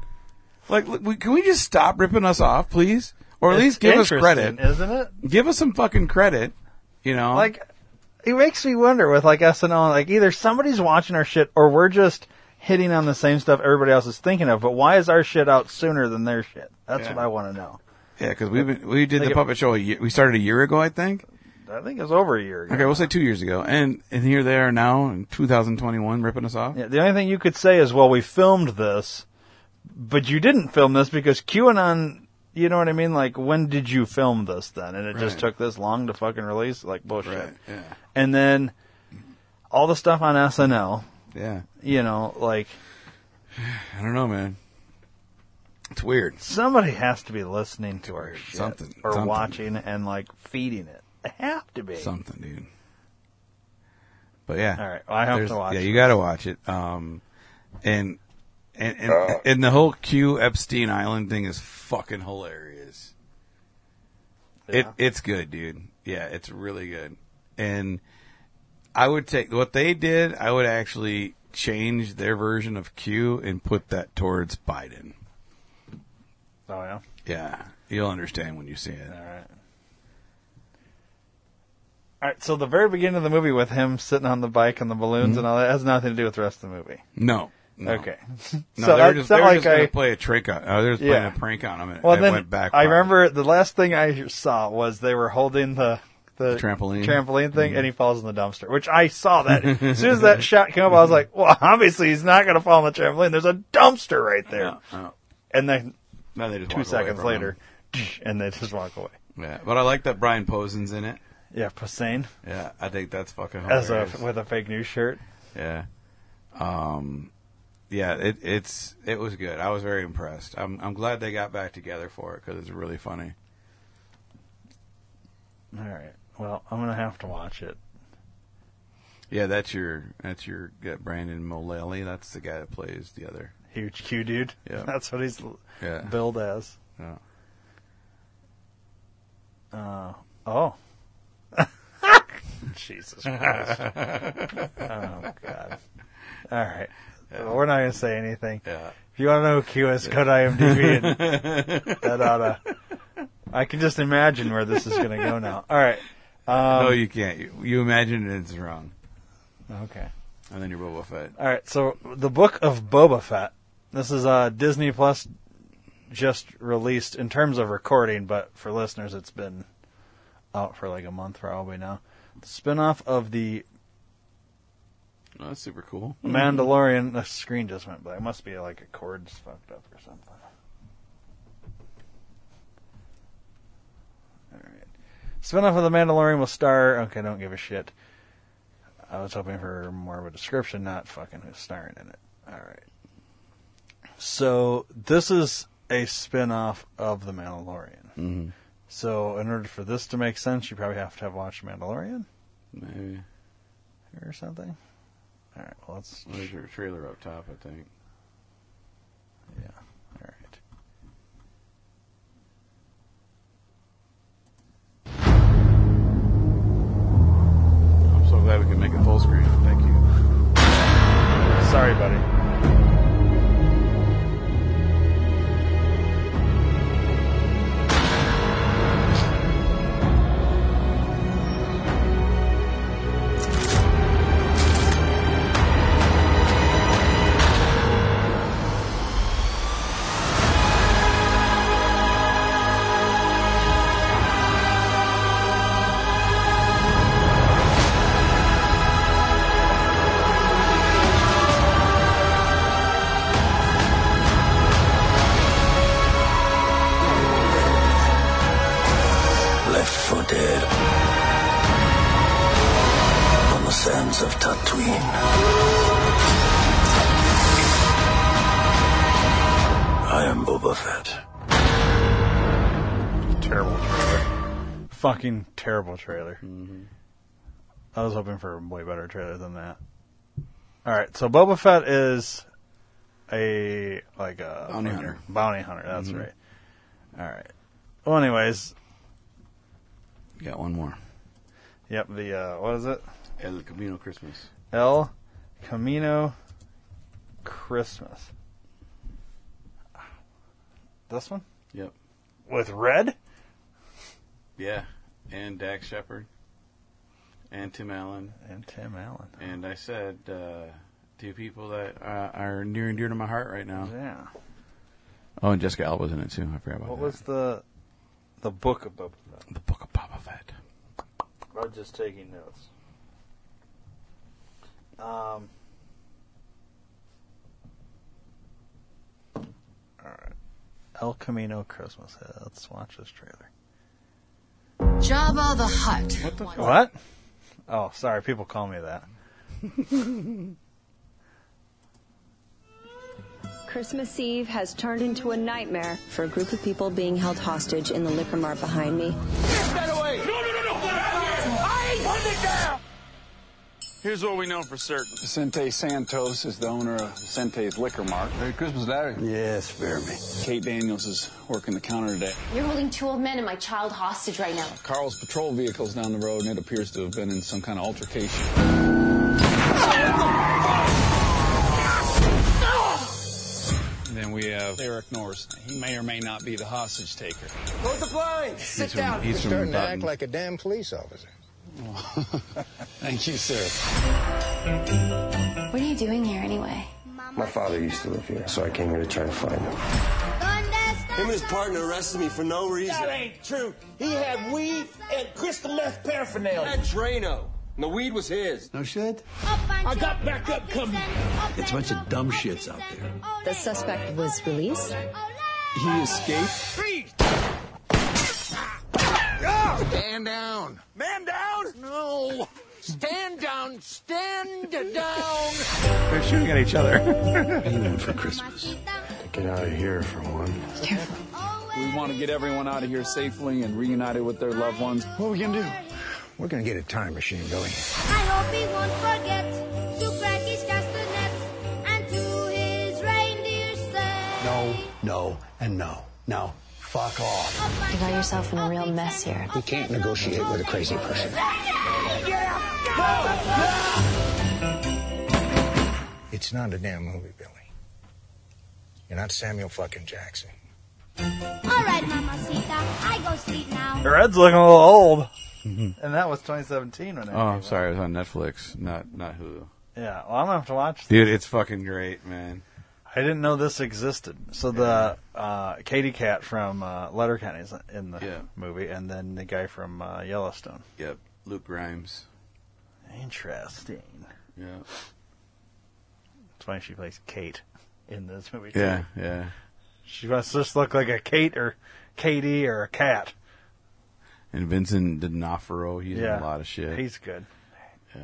[SPEAKER 3] Like, look, we- can we just stop ripping us off, please? Or at
[SPEAKER 2] It's
[SPEAKER 3] least give us
[SPEAKER 2] interesting,
[SPEAKER 3] credit.
[SPEAKER 2] isn't it?
[SPEAKER 3] Give us some fucking credit. You know,
[SPEAKER 2] Like it makes me wonder with like SNL, like either somebody's watching our shit or we're just hitting on the same stuff everybody else is thinking of. But why is our shit out sooner than their shit? That's
[SPEAKER 3] Yeah.
[SPEAKER 2] what I want to know.
[SPEAKER 3] yeah, because we been we did
[SPEAKER 2] Like
[SPEAKER 3] the
[SPEAKER 2] it-
[SPEAKER 3] puppet show. A year, we started a year ago, I think.
[SPEAKER 2] I think it was over a year ago.
[SPEAKER 3] Okay, we'll say two years ago, and and here they are now in 2021 ripping us off.
[SPEAKER 2] Yeah, the only thing you could say is, well, we filmed this, but you didn't film this because QAnon. You know what I mean? Like, when did you film this then? And it just
[SPEAKER 3] Right.
[SPEAKER 2] took this long to fucking release? Like, bullshit.
[SPEAKER 3] Right, yeah.
[SPEAKER 2] And then all the stuff on SNL,
[SPEAKER 3] Yeah,
[SPEAKER 2] you know, like,
[SPEAKER 3] I don't know, man. It's weird.
[SPEAKER 2] somebody has to be listening to our shit.
[SPEAKER 3] Something-
[SPEAKER 2] Or
[SPEAKER 3] something.
[SPEAKER 2] watching and, like, feeding it. They have to be.
[SPEAKER 3] Something, dude. But yeah,
[SPEAKER 2] All right, well, I have
[SPEAKER 3] There's-
[SPEAKER 2] to watch
[SPEAKER 3] Yeah,
[SPEAKER 2] it.
[SPEAKER 3] you got to watch it. Um, and and and, and the whole Q Epstein Island thing is fucking hilarious. It it's good, dude. Yeah, it's really good. And I would take what they did. I would actually change their version of Q and put that towards Biden.
[SPEAKER 2] Oh, yeah.
[SPEAKER 3] Yeah, you'll understand when you see it.
[SPEAKER 2] All right. All right, so the very beginning of the movie with him sitting on the bike and the balloons and all that has nothing to do with the rest of the movie.
[SPEAKER 3] No. Mm-hmm. no.
[SPEAKER 2] Okay.
[SPEAKER 3] No,
[SPEAKER 2] So
[SPEAKER 3] they were
[SPEAKER 2] that's
[SPEAKER 3] just,
[SPEAKER 2] not
[SPEAKER 3] they were
[SPEAKER 2] like
[SPEAKER 3] just going
[SPEAKER 2] I-
[SPEAKER 3] to play a trick on. Uh, they were just
[SPEAKER 2] Yeah.
[SPEAKER 3] playing a prank on him. And
[SPEAKER 2] Well,
[SPEAKER 3] it
[SPEAKER 2] then
[SPEAKER 3] went back.
[SPEAKER 2] I
[SPEAKER 3] on him.
[SPEAKER 2] remember the last thing I saw was they were holding the the
[SPEAKER 3] Trampoline. Mm-hmm.
[SPEAKER 2] trampoline thing, and he falls in the dumpster. Which I saw that as soon as that shot came up, I was like, "Well, obviously he's not going to fall in the trampoline. There's a dumpster right there." And then
[SPEAKER 3] No, they just
[SPEAKER 2] two
[SPEAKER 3] walk away
[SPEAKER 2] seconds
[SPEAKER 3] from
[SPEAKER 2] later, and they just walk away.
[SPEAKER 3] Yeah, but I like that Brian Posen's in it.
[SPEAKER 2] Yeah, Posehn
[SPEAKER 3] Yeah, I think that's fucking
[SPEAKER 2] as
[SPEAKER 3] hilarious.
[SPEAKER 2] a with a fake news shirt.
[SPEAKER 3] yeah, um, yeah, it, it's it was good. I was very impressed. I'm I'm glad they got back together for it because it's really funny.
[SPEAKER 2] All right. Well, I'm gonna have to watch it.
[SPEAKER 3] Yeah, that's your that's your yeah, Brandon Mullally. That's the guy that plays the other.
[SPEAKER 2] Huge Q dude.
[SPEAKER 3] Yeah.
[SPEAKER 2] That's what he's
[SPEAKER 3] Yeah.
[SPEAKER 2] billed as.
[SPEAKER 3] Yeah.
[SPEAKER 2] Uh, oh. Jesus Christ. oh, God. All right. Well, we're not going to say anything.
[SPEAKER 3] Yeah.
[SPEAKER 2] If you want to know who Q is, go to IMDb. And that oughta. I can just imagine where this is going to go now. All right. Um,
[SPEAKER 3] no, you can't. You, you imagine it, it's wrong,
[SPEAKER 2] Okay.
[SPEAKER 3] and then you're Boba Fett.
[SPEAKER 2] All right. So, the book of Boba Fett. This is uh, Disney Plus just released in terms of recording, but for listeners, it's been out for like a month probably now. The spinoff of the
[SPEAKER 3] Oh, that's super cool.
[SPEAKER 2] Mandalorian. The screen just went black. Must be like a cord's fucked up or something. Alright. Spinoff of The Mandalorian will star. Okay, don't give a shit. I was hoping for more of a description, not fucking who's starring in it. Alright. So, this is a spinoff of The Mandalorian.
[SPEAKER 3] Mhm.
[SPEAKER 2] So, in order for this to make sense, you probably have to have watched Mandalorian
[SPEAKER 3] Maybe
[SPEAKER 2] or something. Alright, well, let's.
[SPEAKER 3] there's your trailer up top. I think.
[SPEAKER 2] Yeah. All right.
[SPEAKER 3] I'm so glad we can make it full screen. Thank you.
[SPEAKER 2] Sorry, buddy.
[SPEAKER 22] disappeared on the sands of Tatooine. I am Boba Fett.
[SPEAKER 2] Terrible trailer. Fucking terrible trailer.
[SPEAKER 3] Mm-hmm.
[SPEAKER 2] I was hoping for a way better trailer than that. All right, so Boba Fett is a like a
[SPEAKER 3] Bounty hunter.
[SPEAKER 2] Bounty hunter. That's
[SPEAKER 3] Mhm.
[SPEAKER 2] right. All right. Well, anyways,
[SPEAKER 3] Got one more.
[SPEAKER 2] yep. The uh, what is it?
[SPEAKER 3] El Camino Christmas.
[SPEAKER 2] El Camino Christmas. This one?
[SPEAKER 3] Yep.
[SPEAKER 2] With red?
[SPEAKER 3] Yeah, and Dax Shepard, and Tim Allen,
[SPEAKER 2] and Tim Allen.
[SPEAKER 3] And I said uh, two people that uh, are near and dear to my heart right now.
[SPEAKER 2] Yeah.
[SPEAKER 3] Oh, and Jessica Alba's in it too. I forgot about
[SPEAKER 2] What
[SPEAKER 3] that.
[SPEAKER 2] was the the book of Boba Fett?
[SPEAKER 3] The book of Boba Fett.
[SPEAKER 2] I'm just taking notes. Um. Alright. El Camino Christmas. Yeah, Let's watch this trailer.
[SPEAKER 4] Jabba the Hutt. What the
[SPEAKER 2] What? Oh, sorry. People call me that.
[SPEAKER 7] Christmas Eve has turned into a nightmare for a group of people being held hostage in the liquor mart behind me.
[SPEAKER 8] Here's what we know for certain.
[SPEAKER 14] Vicente Santos is the owner of Vicente's Liquor Mart. Merry Christmas, Larry. Yes, spare me. Kate Daniels is working the counter today.
[SPEAKER 9] You're holding two old men and my child hostage right now.
[SPEAKER 14] Carl's patrol vehicle's down the road, and it appears to have been in some kind of altercation. And then we have Eric Norris. He may or may not be the hostage taker.
[SPEAKER 6] Close the blinds. Sit
[SPEAKER 14] from- down. he's
[SPEAKER 6] You're
[SPEAKER 14] from
[SPEAKER 6] starting to
[SPEAKER 14] Dutton.
[SPEAKER 6] act like a damn police officer.
[SPEAKER 14] Thank you, sir.
[SPEAKER 9] What are you doing here anyway?
[SPEAKER 22] My father used to live here, so I came here to try to find him.
[SPEAKER 10] Him and his partner arrested me for no reason. That ain't true. He had weed and crystal meth paraphernalia. That Drano. And the weed was his.
[SPEAKER 28] No shit?
[SPEAKER 10] I got back up coming.
[SPEAKER 28] It's a bunch of dumb shits out there.
[SPEAKER 7] The suspect was released.
[SPEAKER 28] He escaped.
[SPEAKER 10] Freeze!
[SPEAKER 6] Stand down.
[SPEAKER 10] Man down? No. Stand down. Stand down.
[SPEAKER 3] They're shooting at each other.
[SPEAKER 14] Aiming for Christmas.
[SPEAKER 22] Get out of here for one.
[SPEAKER 14] We want to get everyone out of here safely and reunited with their loved ones. What are we going to do?
[SPEAKER 6] We're gonna get a time machine going.
[SPEAKER 29] I hope he won't forget to crack his castanets and to his reindeer say.
[SPEAKER 6] No, no, and no. Now, fuck off.
[SPEAKER 9] You got yourself in a real mess here.
[SPEAKER 6] You can't negotiate with a crazy person. It's not a damn movie, Billy. You're not Samuel fucking Jackson.
[SPEAKER 29] All right, Mamacita, I go sleep now.
[SPEAKER 2] Red's looking a little old. and that was 2017 when it
[SPEAKER 3] oh, I'm sorry. It was on Netflix, not not Hulu.
[SPEAKER 2] Yeah, well, I'm gonna have to watch.
[SPEAKER 3] Dude, it's fucking great, man.
[SPEAKER 2] I didn't know this existed. So the uh, Katie Cat from uh, Letterkenny's in the movie, and then the guy from uh, Yellowstone.
[SPEAKER 3] Yep, Luke Grimes.
[SPEAKER 2] Interesting.
[SPEAKER 3] Yeah.
[SPEAKER 2] That's why she plays Kate in this movie.
[SPEAKER 3] Yeah, yeah.
[SPEAKER 2] She must just look like a Kate or Katie or a cat.
[SPEAKER 3] And Vincent D'Onofrio, he's
[SPEAKER 2] yeah,
[SPEAKER 3] in a lot of shit.
[SPEAKER 2] He's good.
[SPEAKER 3] yeah.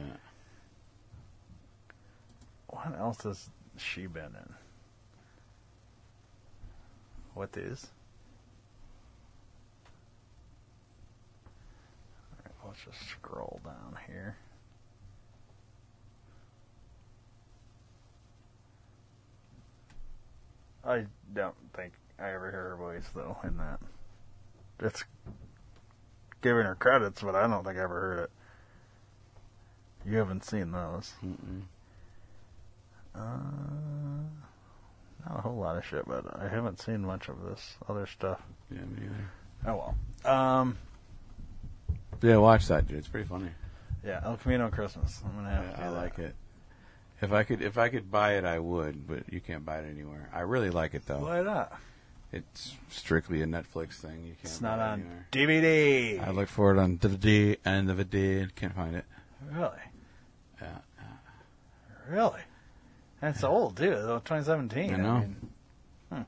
[SPEAKER 2] What else has she been in? What is? Alright, let's just scroll down here. I don't think I ever hear her voice though in that. It's giving her credits, but I don't think I ever heard it. You haven't seen those. Mm-mm. Uh, not a whole lot of shit, but I haven't seen much of this other stuff.
[SPEAKER 3] Yeah, me either.
[SPEAKER 2] Oh well. Um,
[SPEAKER 3] Yeah, watch that, dude. It's pretty funny.
[SPEAKER 2] yeah, El Camino Christmas. I'm gonna
[SPEAKER 3] I,
[SPEAKER 2] have to. do
[SPEAKER 3] I
[SPEAKER 2] that.
[SPEAKER 3] like it. If I could, if I could buy it, I would. But you can't buy it anywhere. I really like it though.
[SPEAKER 2] Why not?
[SPEAKER 3] It's strictly a Netflix thing. You can't.
[SPEAKER 2] It's
[SPEAKER 3] buy
[SPEAKER 2] not
[SPEAKER 3] it
[SPEAKER 2] on
[SPEAKER 3] anywhere.
[SPEAKER 2] DVD.
[SPEAKER 3] I look for it on DVD and DVD. Can't find it.
[SPEAKER 2] Really?
[SPEAKER 3] Yeah.
[SPEAKER 2] Really? That's old, dude. Though, 2017.
[SPEAKER 3] I know.
[SPEAKER 2] mean,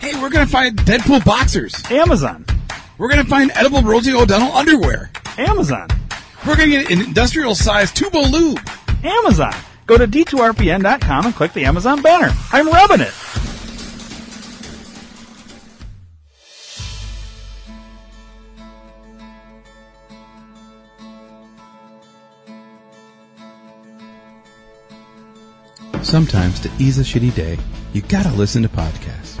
[SPEAKER 30] Hey, we're gonna find Deadpool boxers.
[SPEAKER 1] Amazon.
[SPEAKER 30] We're gonna find edible Rosie O'Donnell underwear.
[SPEAKER 1] Amazon.
[SPEAKER 30] We're gonna get an industrial size tubo lube.
[SPEAKER 1] Amazon. Go to d2rpn.com and click the Amazon banner. I'm rubbing it.
[SPEAKER 3] Sometimes to ease a shitty day, you gotta listen to podcasts.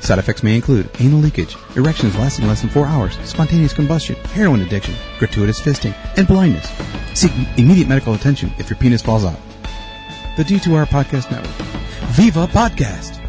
[SPEAKER 3] Side effects may include anal leakage, erections lasting less than four hours, spontaneous combustion, heroin addiction, gratuitous fisting, and blindness. Seek immediate medical attention if your penis falls out. The D2R Podcast Network. Viva Podcast!